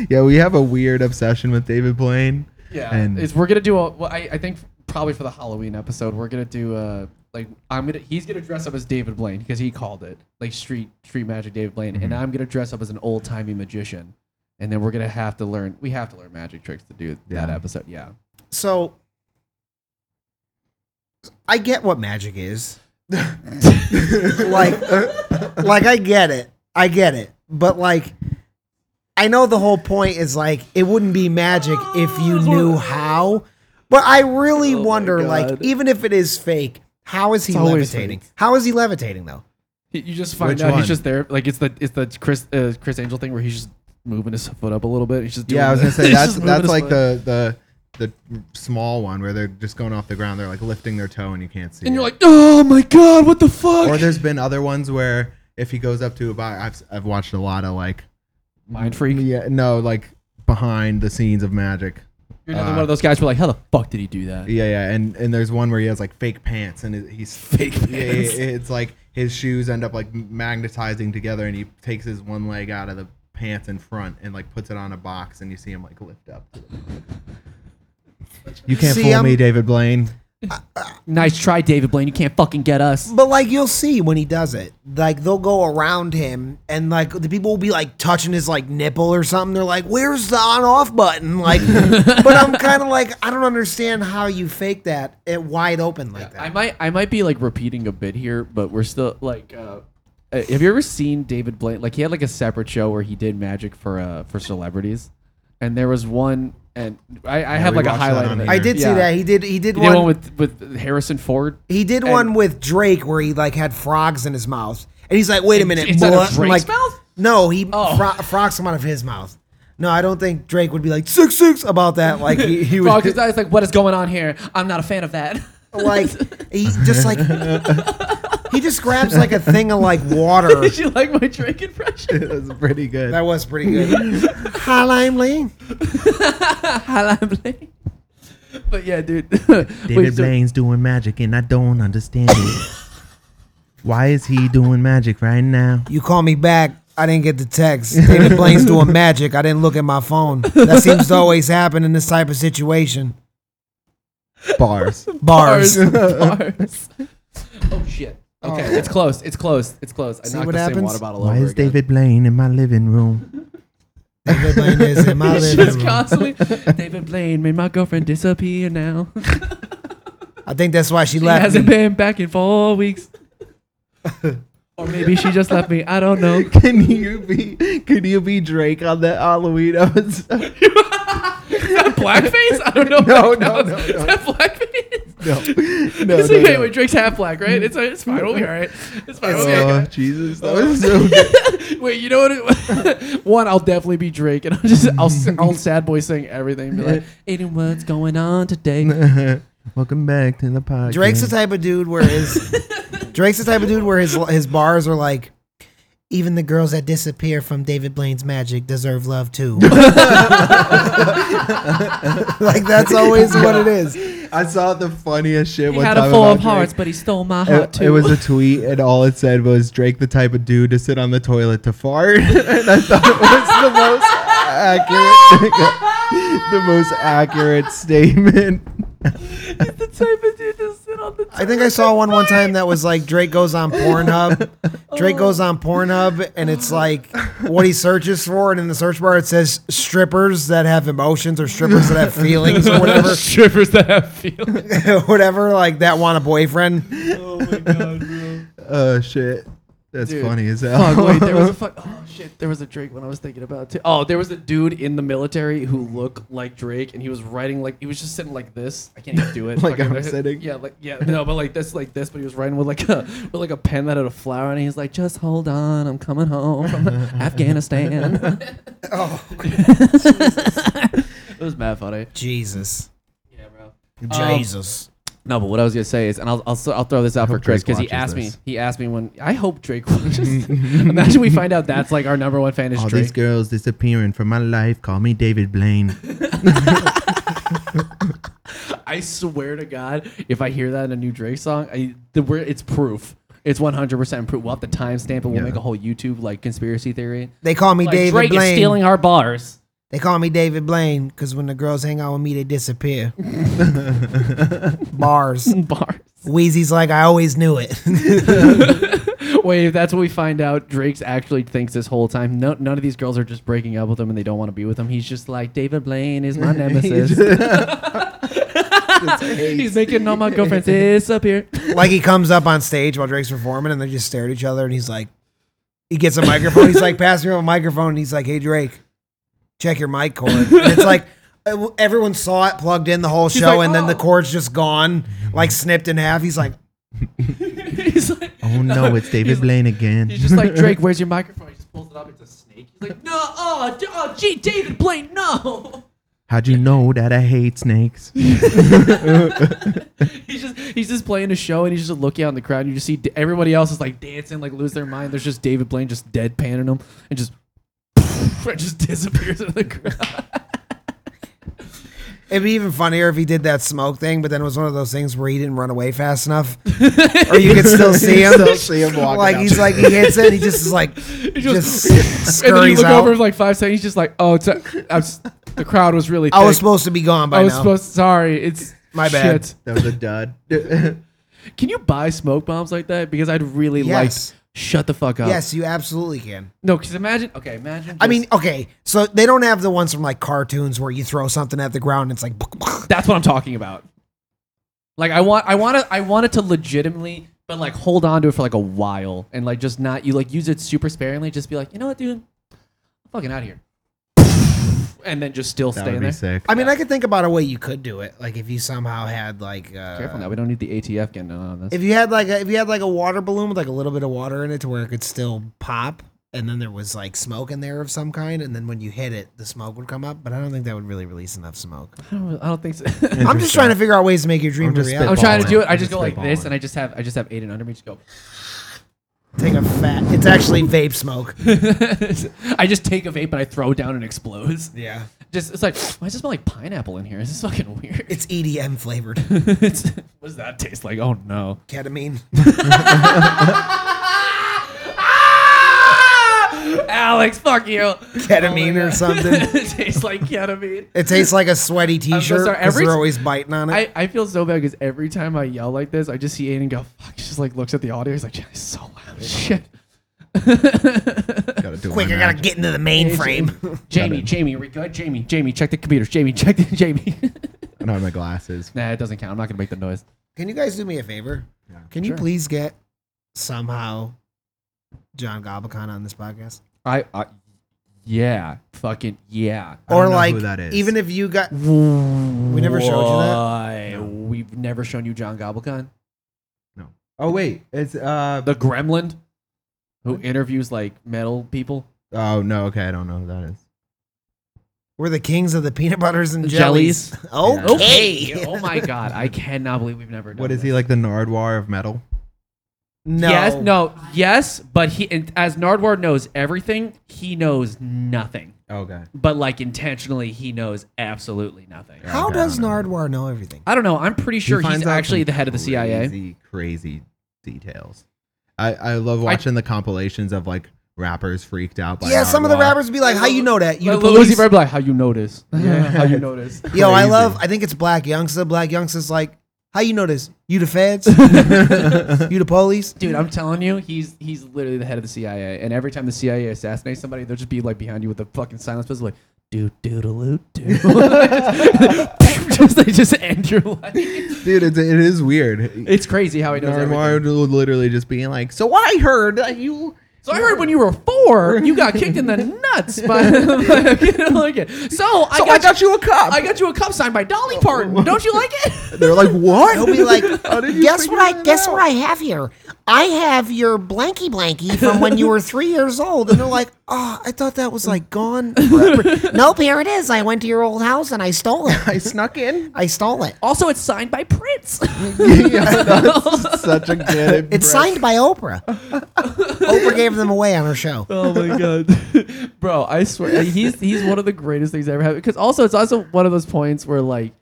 Speaker 3: Yeah, we have a weird obsession with David Blaine.
Speaker 1: Yeah,
Speaker 3: And-
Speaker 1: it's, we're gonna do a. Well, I, I think probably for the Halloween episode, we're gonna do uh like I'm gonna he's gonna dress up as David Blaine because he called it like street street magic David Blaine,
Speaker 4: Mm-hmm.
Speaker 1: and I'm gonna dress up as an old timey magician, and then we're gonna have to learn we have to learn magic tricks to do that
Speaker 3: Yeah.
Speaker 1: episode. Yeah,
Speaker 2: So, I get what magic is. like, like I get it. I get it. But like, I know the whole point is like it wouldn't be magic if you knew how. But I really
Speaker 1: Ah, Oh my
Speaker 2: wonder, like,
Speaker 1: God.
Speaker 2: even if it is fake, how is he
Speaker 1: It's always
Speaker 2: levitating?
Speaker 1: fake.
Speaker 2: How is he levitating though?
Speaker 1: Y- you just find
Speaker 3: Which
Speaker 1: out
Speaker 3: one?
Speaker 1: he's just there. Like it's the it's the Chris uh, Chris Angel thing where he's just moving his foot up a little bit. He's just doing
Speaker 3: Yeah, I was gonna
Speaker 1: the-
Speaker 3: say
Speaker 1: he's
Speaker 3: that's
Speaker 1: just moving
Speaker 3: that's
Speaker 1: his
Speaker 3: like
Speaker 1: foot.
Speaker 3: the the the small one where they're just going off the ground. They're like lifting their toe and you can't see.
Speaker 1: and
Speaker 3: it.
Speaker 1: you're like, oh my god, what the fuck?
Speaker 3: or there's been other ones where if he goes up to about, I've I've watched a lot of like,
Speaker 1: mind freak.
Speaker 3: yeah, no, like behind the scenes of magic.
Speaker 1: You're another
Speaker 3: Uh,
Speaker 1: one of those guys who are like, how the fuck did he do that?
Speaker 3: Yeah, yeah, and and there's one where he has like fake pants and it- he's
Speaker 1: Fake
Speaker 3: Yeah, yeah,
Speaker 1: pants.
Speaker 3: it's like his shoes end up like magnetizing together, and he takes his one leg out of the pants in front and like puts it on a box, and you see him like lift up. You can't
Speaker 2: See,
Speaker 3: fool
Speaker 2: I'm-
Speaker 3: me, David Blaine.
Speaker 1: Nice try, David Blaine. You can't fucking get us.
Speaker 2: But like you'll see when he does it, like they'll go around him, and like the people will be like touching his like nipple or something. They're like, "Where's the on-off button?" Like, but I'm kind of like, I don't understand how you fake that it wide open like that.
Speaker 1: I might I might be like repeating a bit here, but we're still like uh uh, have you ever seen David Blaine? Like he had like a separate show where he did magic for uh for celebrities, and there was one, and I, I have
Speaker 3: we
Speaker 1: like a
Speaker 3: watched that
Speaker 1: highlight
Speaker 3: on
Speaker 1: of it.
Speaker 3: here.
Speaker 2: I did see
Speaker 1: Yeah.
Speaker 2: that he did. He did
Speaker 1: He
Speaker 2: one.
Speaker 1: did one with with Harrison Ford.
Speaker 2: he did one with Drake where he like had frogs in his mouth, and he's like, "Wait a minute,
Speaker 1: It's out of
Speaker 2: what?" I'm
Speaker 1: Drake's
Speaker 2: like,
Speaker 1: mouth?
Speaker 2: No, he
Speaker 1: Oh.
Speaker 2: fro- frogs come out of his mouth. No, I don't think Drake would be like six six about that. Like he, he would.
Speaker 1: Frog his eyes like, what is going on here? I'm not a fan of that.
Speaker 2: like he just like he just grabs like a thing of like water.
Speaker 1: did you like my Drake impression?
Speaker 3: That's pretty good.
Speaker 2: That was pretty good. Hi, Limely.
Speaker 1: Hi, I'm Blaine. But yeah, dude.
Speaker 3: David
Speaker 1: Wait, so-
Speaker 3: Blaine's doing magic, and I don't understand it. Why is he doing magic right now?
Speaker 2: You call me back. I didn't get the text. David Blaine's doing magic. I didn't look at my phone. That seems to always happen in this type of situation.
Speaker 3: Bars.
Speaker 2: Bars.
Speaker 1: Bars. oh shit. Okay, it's close. It's close. It's close. I
Speaker 2: See
Speaker 1: knocked
Speaker 2: what
Speaker 1: the
Speaker 2: happens?
Speaker 1: same water bottle
Speaker 3: Why
Speaker 1: over
Speaker 3: is
Speaker 1: again.
Speaker 3: David Blaine in my living room?
Speaker 2: David Blaine is in my
Speaker 1: It's
Speaker 2: living
Speaker 1: just
Speaker 2: room.
Speaker 1: constantly David Blaine made my girlfriend disappear now.
Speaker 2: I think that's why she
Speaker 1: She
Speaker 2: left.
Speaker 1: hasn't
Speaker 2: me.
Speaker 1: been back in four weeks. or maybe she just left me. I don't know.
Speaker 3: Can you be? Can you be Drake on that Halloween episode?
Speaker 1: blackface? I don't know.
Speaker 3: No,
Speaker 1: what
Speaker 3: no,
Speaker 1: that was.
Speaker 3: no,
Speaker 1: Is that blackface?
Speaker 3: No, no,
Speaker 1: It's
Speaker 3: no,
Speaker 1: okay,
Speaker 3: no.
Speaker 1: wait, Drake's half black, right? It's, it's fine. We'll be all right. It's fine. We'll be all
Speaker 3: Oh
Speaker 1: right.
Speaker 3: Jesus, that was so good.
Speaker 1: Wait, you know what? It, one, I'll definitely be Drake, and I'll just I'll, s- I'll sad boy sing everything. and Be like, Aiden, what's going on today?
Speaker 3: Welcome back to the podcast.
Speaker 2: Drake's the type of dude where his Drake's the type of dude where his his bars are like. Even the girls that disappear from David Blaine's magic deserve love too. like that's always what it is.
Speaker 3: I saw the funniest shit.
Speaker 1: He
Speaker 3: one
Speaker 1: had a
Speaker 3: time
Speaker 1: full
Speaker 3: about
Speaker 1: of hearts,
Speaker 3: Drake.
Speaker 1: but he stole my
Speaker 3: It,
Speaker 1: heart too.
Speaker 3: Uh, it was a tweet, and all it said was Drake, the type of dude to sit on the toilet to fart. and I thought it was the most accurate, the most accurate statement.
Speaker 1: the type of dude to sit on the.
Speaker 2: I think I saw one one time that was like Drake goes on Pornhub. Drake goes on Pornhub and it's like what he searches for, and in the search bar it says strippers that have emotions or strippers that have feelings or whatever,
Speaker 1: Strippers that have feelings.
Speaker 2: whatever like that want a boyfriend.
Speaker 1: Oh my god, bro.
Speaker 3: Oh shit. That's
Speaker 1: Dude.
Speaker 3: funny as hell.
Speaker 1: Fuck, wait, there was a fuck. Oh shit, there was a Drake one I was thinking about too. Oh, there was a dude in the military who looked like Drake, and he was writing like he was just sitting like this. I can't even do it.
Speaker 3: Like
Speaker 1: Fucking-
Speaker 3: I'm sitting?
Speaker 1: Yeah, like yeah, no, but like this, like this, but he was writing with like a with like a pen that had a flower, and he's like, "Just hold on, I'm coming home from Afghanistan."
Speaker 2: Oh,
Speaker 1: it was mad funny.
Speaker 2: Jesus.
Speaker 1: Yeah, bro. Um,
Speaker 2: Jesus.
Speaker 1: No, but what I was gonna say is, and I'll I'll, s- I'll throw this out for
Speaker 3: hope
Speaker 1: Chris because
Speaker 3: Drake
Speaker 1: he
Speaker 3: watches
Speaker 1: asked
Speaker 3: this.
Speaker 1: me he asked me when I hope Drake watches. Imagine we find out that's like our number one fan is
Speaker 3: All
Speaker 1: Drake.
Speaker 3: these girls disappearing from my life. Call me David Blaine.
Speaker 1: I swear to God, if I hear that in a new Drake song, I, the, we're, it's proof. It's 100% proof. We'll have to timestamp it. We'll
Speaker 3: Yeah.
Speaker 1: make a whole YouTube like conspiracy theory.
Speaker 2: they call me
Speaker 1: Like,
Speaker 2: David
Speaker 1: Drake
Speaker 2: Blaine.
Speaker 1: is stealing our bars.
Speaker 2: they call me David Blaine because when the girls hang out with me, they disappear. Bars.
Speaker 1: bars.
Speaker 2: Wheezy's like, I always knew it.
Speaker 1: Wait, if that's what we find out. Drake's actually thinks this whole time. No, none of these girls are just breaking up with him and they don't want to be with him. He's just like, David Blaine is my nemesis. He's making all my girlfriends disappear.
Speaker 2: like he comes up on stage while Drake's performing, and they just stare at each other, and he's like, he gets a microphone. He's like, pass me a microphone, and he's like, hey Drake, check your mic cord. And it's like. uh, w- Everyone saw it plugged in the whole show,
Speaker 1: like,
Speaker 2: and then the
Speaker 1: "Oh."
Speaker 2: cord's just gone, like snipped in half. He's like,
Speaker 1: He's like,
Speaker 3: oh no, it's David
Speaker 1: He's-
Speaker 3: Blaine again.
Speaker 1: He's just like, Drake, where's your microphone? He just pulls it up. It's a snake. He's like, no, oh, d- oh gee, David Blaine, no.
Speaker 3: How'd you know that I hate snakes?
Speaker 1: He's just he's just playing a show and he's just looking out in the crowd. And you just see d- everybody else is like dancing, like lose their mind. There's just David Blaine just deadpanning him and just and just disappears in the crowd.
Speaker 2: It'd be even funnier if he did that smoke thing, but then it was one of those things where he didn't run away fast enough, or you could still see him.
Speaker 3: Still see him walking
Speaker 2: like
Speaker 3: out
Speaker 2: he's
Speaker 3: the
Speaker 2: like he hits it, and he just is like just,
Speaker 1: just- And then you
Speaker 2: scurries
Speaker 1: look
Speaker 2: out.
Speaker 1: over for like five seconds. He's just like, oh, it's a, I was, the crowd was really. Thick.
Speaker 2: I was supposed to be gone by
Speaker 1: I was
Speaker 2: now.
Speaker 1: supposed. Oh, Sorry, it's
Speaker 2: My bad.
Speaker 1: shit.
Speaker 3: That was a dud.
Speaker 1: Can you buy smoke bombs like that? Because I'd really
Speaker 2: yes,
Speaker 1: like. Shut the fuck up.
Speaker 2: yes, you absolutely can.
Speaker 1: No, because imagine. Okay, imagine.
Speaker 2: I
Speaker 1: just-
Speaker 2: mean, okay, so they don't have the ones from like cartoons where you throw something at the ground and it's like,
Speaker 1: That's what I'm talking about. Like I want I want to I want it to legitimately but like hold on to it for like a while and like just not you like use it super sparingly just be like, "You know what, dude? I'm fucking out of here." And then just still
Speaker 3: that
Speaker 1: stay
Speaker 3: would
Speaker 1: in
Speaker 3: be
Speaker 1: there.
Speaker 3: sick.
Speaker 2: I mean, I could think about a way you could do it, like if you somehow had like,
Speaker 1: Careful
Speaker 2: uh,
Speaker 1: now. We don't need the ATF getting in on this.
Speaker 2: if you had like a, if you had like a water balloon with like a little bit of water in it to where it could still pop, and then there was like smoke in there of some kind, and then when you hit it, the smoke would come up, but I don't think that would really release enough smoke.
Speaker 1: I don't, I don't think so.
Speaker 2: I'm just trying to figure out ways to make your dream
Speaker 3: I'm
Speaker 2: a
Speaker 3: just
Speaker 2: reality.
Speaker 1: I'm trying to do it. I just
Speaker 3: Just
Speaker 1: go like this
Speaker 3: spitballing.
Speaker 1: and I just have I just have Aiden under me just go.
Speaker 2: Take a fat. It's actually vape smoke.
Speaker 1: I just take a vape and I throw it down and it explodes.
Speaker 2: Yeah.
Speaker 1: Just it's like, why does it smell like pineapple in here? This is fucking weird.
Speaker 2: It's EDM flavored
Speaker 1: It's- what does that taste like? Oh no.
Speaker 2: ketamine.
Speaker 1: Alex, fuck you.
Speaker 2: Ketamine or something.
Speaker 1: it tastes like ketamine.
Speaker 2: It tastes like a sweaty T-shirt
Speaker 1: sorry,
Speaker 2: because
Speaker 1: every
Speaker 2: they're
Speaker 1: t-
Speaker 2: always biting on it.
Speaker 1: I, I feel so bad because every time I yell like this, I just see Aiden go, fuck. He just like looks at the audio. He's like, "Shit, it's so loud. Shit.
Speaker 3: Gotta do
Speaker 2: Quick,
Speaker 3: my
Speaker 2: I gotta
Speaker 3: magic.
Speaker 2: get into the mainframe.
Speaker 1: Jamie, Jamie, are we good? Jamie, Jamie, check the computers. Jamie, check the Jamie.
Speaker 3: I don't have my glasses.
Speaker 1: nah, it doesn't count. I'm not going to make the noise.
Speaker 2: Can you guys do me a favor?
Speaker 3: Yeah.
Speaker 2: Can you
Speaker 1: Sure.
Speaker 2: please get somehow John Gobacon on this podcast?
Speaker 1: I, I yeah. Fucking, yeah.
Speaker 3: I don't
Speaker 2: Or
Speaker 3: know
Speaker 2: like,
Speaker 3: who that is.
Speaker 2: even if you got,
Speaker 1: We never
Speaker 2: showed you that?
Speaker 1: We've never shown you John Gobblecon.
Speaker 3: Oh wait, it's uh.
Speaker 1: The gremlin who interviews like metal people.
Speaker 3: oh no, okay, I don't know who that is.
Speaker 2: we're the kings of the peanut butters and jellies.
Speaker 1: Jellies.
Speaker 2: Okay.
Speaker 1: Yeah, oh my god, I cannot believe we've never done.
Speaker 3: What is
Speaker 1: this.
Speaker 3: he like? The Nardwar of metal.
Speaker 2: No.
Speaker 1: Yes, no, yes, but he and as Nardwar knows everything, he knows nothing.
Speaker 3: Okay.
Speaker 1: But like intentionally, he knows absolutely nothing.
Speaker 2: How
Speaker 3: Okay, I
Speaker 2: does
Speaker 3: don't know.
Speaker 2: Nardwar know everything?
Speaker 1: I don't know. I'm pretty sure
Speaker 3: He
Speaker 1: he's
Speaker 3: finds out
Speaker 1: actually
Speaker 3: some
Speaker 1: the head of the CIA.
Speaker 3: Crazy, crazy details. I, I love watching the compilations of like rappers freaked out by.
Speaker 2: Yeah, some of the
Speaker 3: Nardwar.
Speaker 2: rappers would be like, "How you know that?" You
Speaker 1: Like,
Speaker 2: the police?
Speaker 1: Lucy Red, like, how you notice? how you notice?
Speaker 2: Yo, I
Speaker 3: Crazy.
Speaker 2: love. I think it's Black Youngster. Black Youngster's like, "How you know this? You the feds? you the police?"
Speaker 1: Dude, I'm telling you, he's he's literally the head of the CIA. And every time the CIA assassinates somebody, they'll just be like behind you with a fucking silence pistol, like doo doodaloo doo. because they just end your life.
Speaker 3: dude. It's, it is weird.
Speaker 1: It's crazy how he does
Speaker 3: Narn
Speaker 1: everything.
Speaker 3: Wild would literally just being like, "So what I heard that you."
Speaker 1: So I heard when you were four, you got kicked in the nuts by you don't like it. So, I,
Speaker 3: So
Speaker 1: got you,
Speaker 3: a cup.
Speaker 1: I got you a cup signed by Dolly Parton. Don't you like it?
Speaker 3: They're like, "What?"
Speaker 2: He'll be like,
Speaker 3: How did you
Speaker 2: guess
Speaker 3: figure
Speaker 2: what I
Speaker 3: that
Speaker 2: guess
Speaker 3: out?"
Speaker 2: what I have here. I have your blanky blanky from when you were three years old, and they're like, oh, I thought that was like gone. Forever. nope, here it is. I went to your old house and I stole it.
Speaker 3: I snuck in.
Speaker 2: I stole it.
Speaker 1: Also, it's signed by Prince.
Speaker 3: yeah, that's such a good.
Speaker 2: It's signed by Oprah. Oprah gave them away on her show.
Speaker 1: Oh my god, bro! I swear, like, he's he's one of the greatest things I ever happened. Because also, it's also one of those points where like,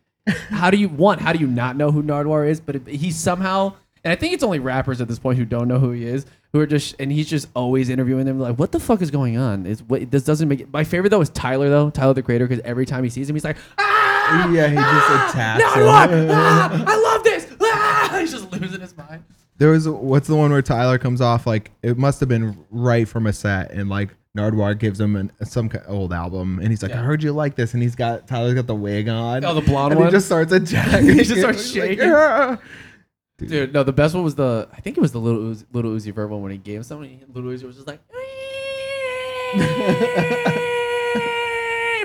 Speaker 1: how do you one? How do you not know who Nardwar is? But it, he somehow, and I think it's only rappers at this point who don't know who he is, who are just and he's just always interviewing them. Like, what the fuck is going on? Is what this doesn't make it. My favorite though is Tyler though, Tyler the Creator, because every time he sees him, he's like, ah,
Speaker 3: Yeah, he just attacks
Speaker 1: Nardwar,
Speaker 3: him.
Speaker 1: ah, I love this. Ah! He's just losing his mind.
Speaker 3: There was what's the one where Tyler comes off like it must have been right from a set, and like Nardwar gives him an, some ki- old album, and he's like, "I heard you like this," and he's got Tyler's got the wig on.
Speaker 1: Oh, the blonde
Speaker 3: and
Speaker 1: one?
Speaker 3: He just starts attacking.
Speaker 1: He just starts
Speaker 3: He's like,
Speaker 1: shaking.
Speaker 3: "Yeah."
Speaker 1: Dude, no, the best one was the I think it was the little Uzi, little Uzi Vert one when he gave someone. he- Little Uzi was just like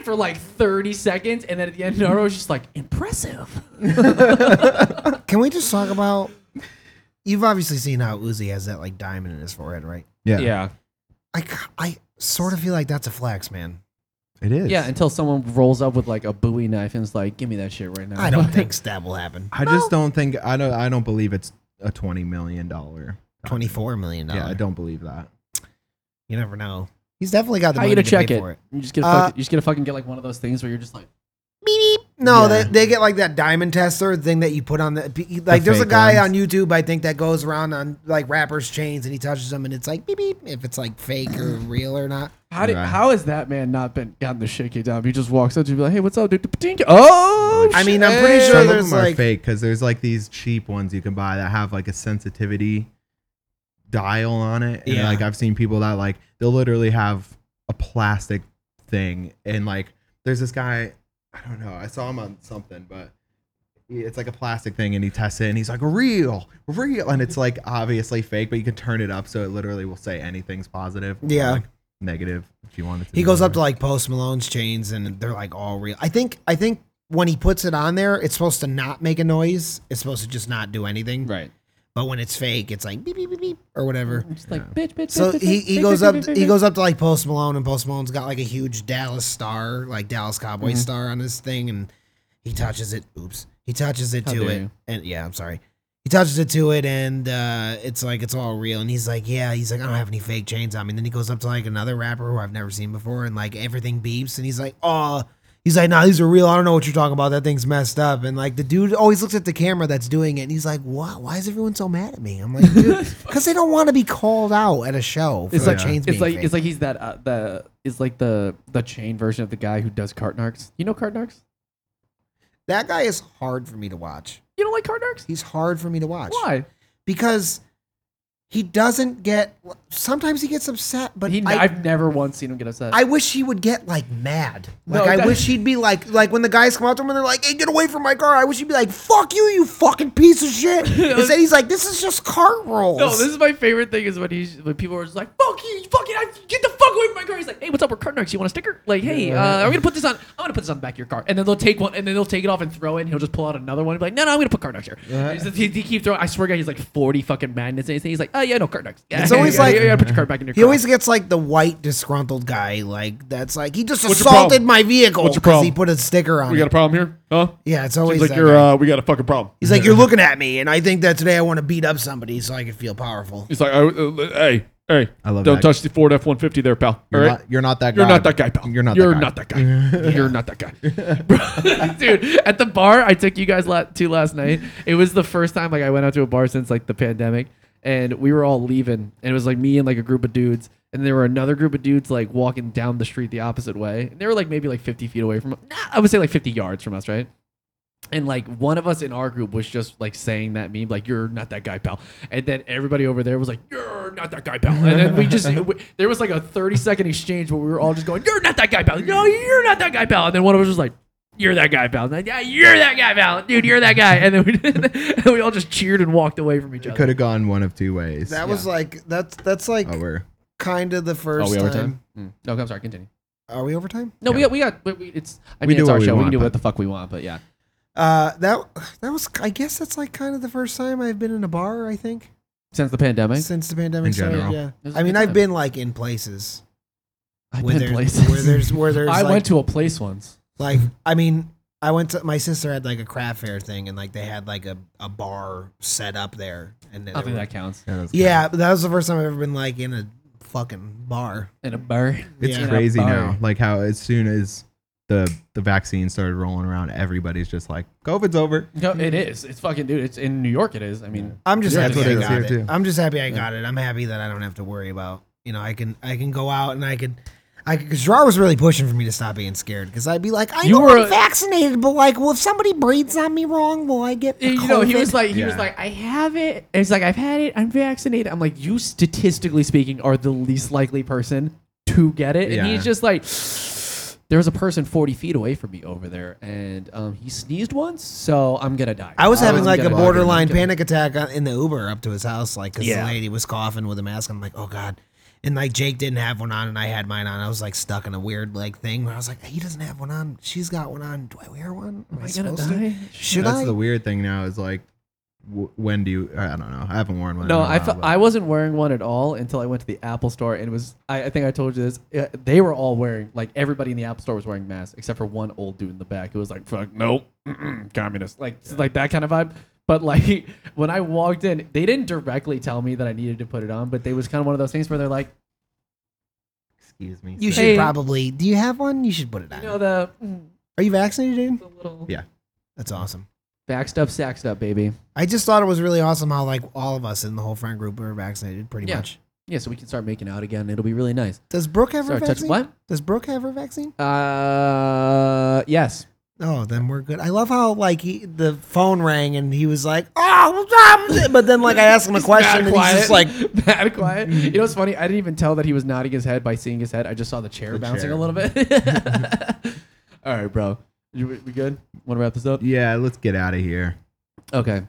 Speaker 1: for like thirty seconds, and then at the end, Naruto was just like impressive.
Speaker 2: Can we just talk about? You've obviously seen how Uzi has that like diamond in his forehead, right?
Speaker 3: Yeah,
Speaker 2: I, ca- I sort of feel like that's a flex, man.
Speaker 3: it is.
Speaker 1: yeah. Until someone rolls up with like a Bowie knife and is like, "Give me that shit right now."
Speaker 2: I don't think that will happen.
Speaker 3: I just don't think I don't I don't believe it's a twenty million dollar.
Speaker 2: Twenty four million
Speaker 3: Yeah, I
Speaker 2: dollars.
Speaker 3: don't believe that.
Speaker 2: you never know. He's definitely got the
Speaker 1: How you gonna
Speaker 2: money to
Speaker 1: check
Speaker 2: pay
Speaker 1: it?
Speaker 2: for it.
Speaker 1: You just get
Speaker 2: Uh,
Speaker 1: fucking, you just gonna fucking get like one of those things where you're just like,
Speaker 2: Beep, beep. No,
Speaker 1: Yeah.
Speaker 2: they, they get like that diamond tester thing that you put on the be- like.
Speaker 3: The
Speaker 2: there's a
Speaker 3: fake
Speaker 2: guy
Speaker 3: ones.
Speaker 2: on YouTube I think that goes around on like rappers' chains and he touches them and it's like beep beep if it's like fake or real or not.
Speaker 1: "How did
Speaker 3: Right.
Speaker 1: how has that man not been gotten the shit kicked out? of him?" He just walks up to you and be like, "Hey, what's up, dude?" Oh,
Speaker 2: I mean,
Speaker 1: shit.
Speaker 2: I'm pretty sure
Speaker 3: Some
Speaker 2: there's
Speaker 3: of them are
Speaker 2: like
Speaker 3: fake because there's like these cheap ones you can buy that have like a sensitivity dial on it. And
Speaker 2: Yeah.
Speaker 3: like I've seen people that like they'll literally have a plastic thing and like there's this guy I don't know I saw him on something but it's like a plastic thing and he tests it and he's like real real and it's like obviously fake but you can turn it up so it literally will say anything's positive or,
Speaker 2: Yeah.
Speaker 3: like, negative if you want it to
Speaker 2: he
Speaker 3: be
Speaker 2: goes up to
Speaker 3: whatever.
Speaker 2: like Post Malone's chains and they're like all real. I think I think when he puts it on there, it's supposed to not make a noise. It's supposed to just not do anything.
Speaker 1: right.
Speaker 2: But when it's fake, it's like beep beep beep beep or whatever.
Speaker 1: Just like bitch, bitch.
Speaker 2: So
Speaker 1: bitch, bitch,
Speaker 2: he,
Speaker 1: bitch,
Speaker 2: he
Speaker 1: bitch,
Speaker 2: goes
Speaker 1: bitch,
Speaker 2: up
Speaker 1: bitch,
Speaker 2: he
Speaker 1: bitch,
Speaker 2: goes up to like Post Malone and Post Malone's got like a huge Dallas star, like Dallas Cowboy star on his thing and he touches it. Oops. He touches it
Speaker 1: How
Speaker 2: to
Speaker 1: dare
Speaker 2: it.
Speaker 1: you.
Speaker 2: And yeah, I'm sorry. He touches it to it and uh, it's like it's all real and he's like, Yeah, he's like, I don't have any fake chains on me. And then he goes up to like another rapper who I've never seen before and like everything beeps and he's like, Oh, He's like, nah, these are real. I don't know what you're talking about. That thing's messed up. And like the dude always looks at the camera that's doing it and he's like, What? Why is everyone so mad at me? I'm like, dude, because they don't want to be called out at a show for
Speaker 1: It's
Speaker 2: their
Speaker 1: like
Speaker 2: chains
Speaker 1: it's
Speaker 2: being
Speaker 1: like
Speaker 2: fake.
Speaker 1: it's like he's that uh, the it's like the the chain version of the guy who does cart narcs. You know cart narcs?
Speaker 2: that guy is hard for me to watch.
Speaker 1: You don't like cart narcs?
Speaker 2: He's hard for me to watch.
Speaker 1: Why?
Speaker 2: Because he doesn't get sometimes he gets upset, but
Speaker 1: But he, I,
Speaker 2: I,
Speaker 1: have never once seen him get upset.
Speaker 2: I wish he would get like mad.
Speaker 1: No,
Speaker 2: Like I
Speaker 1: that-
Speaker 2: wish he'd be like like when the guys come out to him and they're like, "Hey, get away from my car!" I wish he'd be like, "Fuck you, you fucking piece of shit." Instead, he's like, "This is just cart rolls."
Speaker 1: no, this is my favorite thing is when he's when people are just like, "Fuck you, you fucking I, get the fuck away from my car." He's like, "Hey, what's up? We're cart narcs. You want a sticker? Like, hey, uh, I'm gonna put this on. I'm gonna put this on the back of your car." And then they'll take one, and then they'll take it off and throw it. And he'll just pull out another one and be like, "No, no, I'm gonna put cart narcs here."
Speaker 3: Yeah.
Speaker 1: He's just- he, he keeps throwing. I swear, to God, he's like 40 fucking magnets and he's- He's like, "Oh yeah, no cart narcs." Yeah,
Speaker 2: It's always
Speaker 1: yeah,
Speaker 2: like-
Speaker 1: yeah, yeah, put your cart back in your
Speaker 2: He
Speaker 1: car.
Speaker 2: always gets like the white disgruntled guy, like that's like he just
Speaker 4: What's your
Speaker 2: assaulted
Speaker 4: problem?
Speaker 2: my vehicle
Speaker 4: What's your
Speaker 2: because he
Speaker 4: problem?
Speaker 2: put a sticker on
Speaker 4: We
Speaker 2: it.
Speaker 4: got a problem here? Huh?
Speaker 2: yeah, it's always
Speaker 4: Seems like
Speaker 2: that
Speaker 4: you're,
Speaker 2: guy.
Speaker 4: uh, we got a fucking problem.
Speaker 2: He's like, you're looking at me, and I think that today I want to beat up somebody so I can feel powerful.
Speaker 4: He's like, I, uh, hey, hey,
Speaker 3: I love
Speaker 4: don't
Speaker 3: that.
Speaker 4: touch the Ford F one fifty there, pal.
Speaker 3: you're,
Speaker 4: All right?
Speaker 3: not, you're not that
Speaker 4: You're
Speaker 3: guy
Speaker 4: not that guy, pal.
Speaker 3: you're not
Speaker 4: You're
Speaker 3: that guy.
Speaker 4: not that guy. You're not that guy.
Speaker 1: Bro, dude at the bar i took you guys la- to last night it was the first time like i went out to a bar since like the pandemic and we were all leaving and it was like me and like a group of dudes and there were another group of dudes like walking down the street the opposite way and they were like maybe like 50 feet away from nah, i would say like 50 yards from us right and like one of us in our group was just like saying that meme, like "You're not that guy, pal," and then everybody over there was like "You're not that guy, pal," and then we just we, there was like a thirty second exchange where we were all just going "You're not that guy, pal," no, you're not that guy, pal, and then one of us was like you're that guy, pal. And I, yeah, you're that guy, pal. Dude, you're that guy. And then we, and we all just cheered and walked away from each
Speaker 3: It
Speaker 1: other.
Speaker 3: could have gone one of two ways.
Speaker 2: That was like that's that's like
Speaker 3: oh, we're
Speaker 2: kind of the first.
Speaker 4: Are we
Speaker 2: time.
Speaker 4: overtime? Mm.
Speaker 1: No, I'm sorry. Continue.
Speaker 2: Are we overtime?
Speaker 1: No, we
Speaker 3: Yeah.
Speaker 1: got, we got, we, we- it's, I
Speaker 3: We
Speaker 1: mean,
Speaker 3: do
Speaker 1: it's our
Speaker 3: what we
Speaker 1: show. we
Speaker 3: want,
Speaker 1: can do
Speaker 3: but-
Speaker 1: what the fuck we want, but yeah.
Speaker 2: Uh, that that was I guess that's like kind of the first time I've been in a bar. I think
Speaker 1: Since the pandemic,
Speaker 2: since the pandemic
Speaker 3: In
Speaker 2: started.
Speaker 3: general.
Speaker 2: Yeah,
Speaker 1: was a
Speaker 2: I
Speaker 1: good
Speaker 2: mean I've
Speaker 1: time.
Speaker 2: been like in places
Speaker 1: I've
Speaker 2: where
Speaker 1: been
Speaker 2: there's
Speaker 1: places.
Speaker 2: where there's where there's
Speaker 1: I
Speaker 2: like,
Speaker 1: went to a place once.
Speaker 2: like I mean I went to my sister had like a craft fair thing and like they had like a, a bar set up there and then
Speaker 1: I don't
Speaker 2: there
Speaker 1: think
Speaker 2: were-
Speaker 1: that counts.
Speaker 3: yeah, that's
Speaker 2: yeah but that was the first time I've ever been like in a fucking bar.
Speaker 1: In a bar.
Speaker 3: It's
Speaker 2: Yeah.
Speaker 3: crazy
Speaker 1: Yeah.
Speaker 3: now. Like how as soon as the the vaccine started rolling around, everybody's just like, COVID's over.
Speaker 1: No, it is. It's fucking, dude. It's in New York. It is. I mean,
Speaker 2: I'm just
Speaker 1: Yeah,
Speaker 2: happy
Speaker 1: that's what
Speaker 2: I
Speaker 1: it
Speaker 3: is
Speaker 2: got
Speaker 3: here,
Speaker 2: it.
Speaker 3: too.
Speaker 2: I'm just happy I got it. I'm happy that I don't have to worry about. You know, I can I can go out and I can. I because Gerard was really pushing for me to stop being scared because I'd be like, I
Speaker 1: You
Speaker 2: know
Speaker 1: were
Speaker 2: I'm
Speaker 1: a-
Speaker 2: vaccinated, but like, well, if somebody breathes on me wrong, will I get? The
Speaker 1: you know, he was
Speaker 2: COVID?"
Speaker 1: like, he was
Speaker 3: Yeah.
Speaker 1: like, I have it. And he's like, I've had it. I'm vaccinated. I'm like, you statistically speaking are the least likely person to get it. And
Speaker 3: Yeah.
Speaker 1: he's just like, there was a person 40 feet away from me over there, and um, he sneezed once, so I'm gonna die.
Speaker 2: I was having
Speaker 1: I'm
Speaker 2: like a
Speaker 1: gonna-
Speaker 2: borderline
Speaker 1: I'm gonna-
Speaker 2: panic attack on- in the Uber up to his house, like because
Speaker 1: Yeah.
Speaker 2: the lady was coughing with a mask. I'm like, oh god. And like Jake didn't have one on, and I had mine on. I was like stuck in a weird like thing where I was like, he doesn't have one on. She's got one on. Do I wear one? Am I,
Speaker 1: Am I gonna
Speaker 2: supposed to?
Speaker 1: die?
Speaker 2: Should
Speaker 3: That's
Speaker 2: I?
Speaker 3: the weird thing now is like, w- when do you? I don't know. I haven't worn one.
Speaker 1: No,
Speaker 3: in a
Speaker 1: Uh, I,
Speaker 3: while,
Speaker 1: fe-
Speaker 3: but-
Speaker 1: I wasn't wearing one at all until I went to the Apple store and it was I, I think I told you this uh, they were all wearing like everybody in the Apple store was wearing masks except for one old dude in the back who was like fuck
Speaker 4: Fuck, nope. Mm-mm, communist.
Speaker 1: like like that kind of vibe but like when I walked in they didn't directly tell me that I needed to put it on but they was kind of one of those things where they're like
Speaker 3: Excuse me.
Speaker 2: You
Speaker 3: sir.
Speaker 2: should
Speaker 1: Hey.
Speaker 2: probably. Do you have one? You should put it on.
Speaker 1: you know the, mm,
Speaker 2: Are you vaccinated, Aiden?
Speaker 1: the little
Speaker 3: Yeah.
Speaker 2: That's awesome.
Speaker 1: back stuff sack stuff baby
Speaker 2: I just thought it was really awesome how like all of us in the whole friend group were vaccinated, pretty
Speaker 1: Yeah.
Speaker 2: much.
Speaker 1: yeah so we can start making out again it'll be really nice
Speaker 2: Does Brooke have her
Speaker 1: Sorry, touch
Speaker 2: vaccine?
Speaker 1: what
Speaker 2: Does Brooke have her vaccine?
Speaker 1: uh yes
Speaker 2: Oh, then we're good. I love how like he, the phone rang and he was like, "Oh," um," but then like I asked him a question and he's just
Speaker 1: Um,
Speaker 2: like,
Speaker 1: bad quiet. You know what's funny? I didn't even tell that he was nodding his head by seeing his head. I just saw the chair
Speaker 3: The
Speaker 1: bouncing
Speaker 3: chair.
Speaker 1: a little bit. All right, bro. You, we good? Want to wrap this up?
Speaker 3: Yeah, let's get out of here.
Speaker 1: Okay.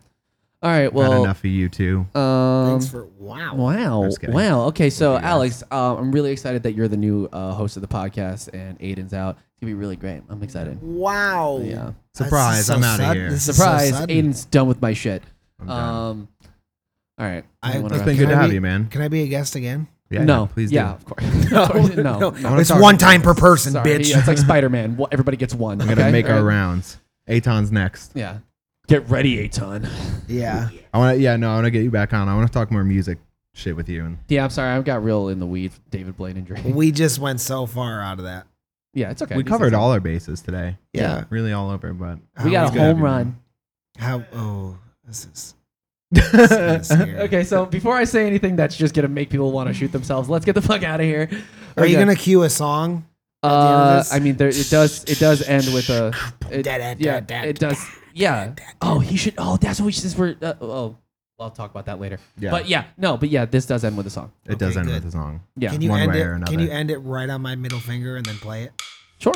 Speaker 1: All right.
Speaker 3: Not
Speaker 1: Well,
Speaker 3: enough of you two.
Speaker 1: um,
Speaker 2: "Thanks for wow."
Speaker 1: wow,
Speaker 3: Just kidding.
Speaker 1: wow. Okay, so
Speaker 3: Love you
Speaker 1: Alex, um, I'm really excited that you're the new uh, host of the podcast, and Aiden's out. It's gonna be really great. I'm excited.
Speaker 2: Wow.
Speaker 1: Yeah.
Speaker 3: Surprise, I'm outta here.
Speaker 1: Surprise!
Speaker 2: Aiden.
Speaker 1: Aiden's done with my shit.
Speaker 3: I'm done.
Speaker 1: Um. All right.
Speaker 2: I-
Speaker 1: Anyone
Speaker 3: it's
Speaker 1: wanna-
Speaker 3: been
Speaker 2: can
Speaker 3: good to
Speaker 2: I
Speaker 3: have
Speaker 2: be-
Speaker 3: you, man.
Speaker 2: Can I be a guest again?
Speaker 3: Yeah,
Speaker 1: no,
Speaker 3: yeah, please.
Speaker 1: Yeah,
Speaker 3: do.
Speaker 1: of course. Of course, no, no.
Speaker 3: wanna
Speaker 2: It's
Speaker 3: talk
Speaker 2: one
Speaker 3: about
Speaker 2: time per
Speaker 3: this.
Speaker 2: person,
Speaker 1: Sorry,
Speaker 2: bitch.
Speaker 1: yeah, it's like Spider Man. Everybody gets one.
Speaker 3: I'm gonna make our rounds. Aton's next.
Speaker 1: Yeah. Get ready, Aton.
Speaker 2: yeah.
Speaker 3: I want to. Yeah, no, I want to get you back on. I want to talk more music shit with you. And
Speaker 1: Yeah, I'm sorry. I got real in the weed. with David Blaine and Drake.
Speaker 2: We just went so far out of that.
Speaker 1: Yeah, it's okay.
Speaker 3: we
Speaker 1: These
Speaker 3: covered
Speaker 1: things-
Speaker 3: all our bases today.
Speaker 2: Yeah.
Speaker 3: Really, all over. But
Speaker 1: We
Speaker 2: How
Speaker 1: got a
Speaker 3: good.
Speaker 1: home run.
Speaker 2: How? Oh, this is. this is scary.
Speaker 1: Okay, so before I say anything that's just gonna make people want to shoot themselves, let's get the fuck out of here.
Speaker 2: Are you
Speaker 1: Okay.
Speaker 2: gonna cue a song? end of
Speaker 1: Uh,
Speaker 2: this?
Speaker 1: I mean, there, it does. It does end with a. It,
Speaker 2: Da, da, da,
Speaker 1: yeah,
Speaker 2: da,
Speaker 1: it does. Yeah. Oh, he should. Oh, that's what we since we're. Uh, oh, I'll talk about that later.
Speaker 3: Yeah.
Speaker 1: But yeah, no, but yeah, this does end with a song.
Speaker 3: it does
Speaker 2: Okay,
Speaker 3: end
Speaker 2: good.
Speaker 3: with a song.
Speaker 1: Yeah.
Speaker 2: Can you
Speaker 3: one
Speaker 2: end
Speaker 3: way
Speaker 2: it?
Speaker 3: or
Speaker 2: Can
Speaker 3: another.
Speaker 2: you end it right on my middle finger and then play it?
Speaker 1: sure.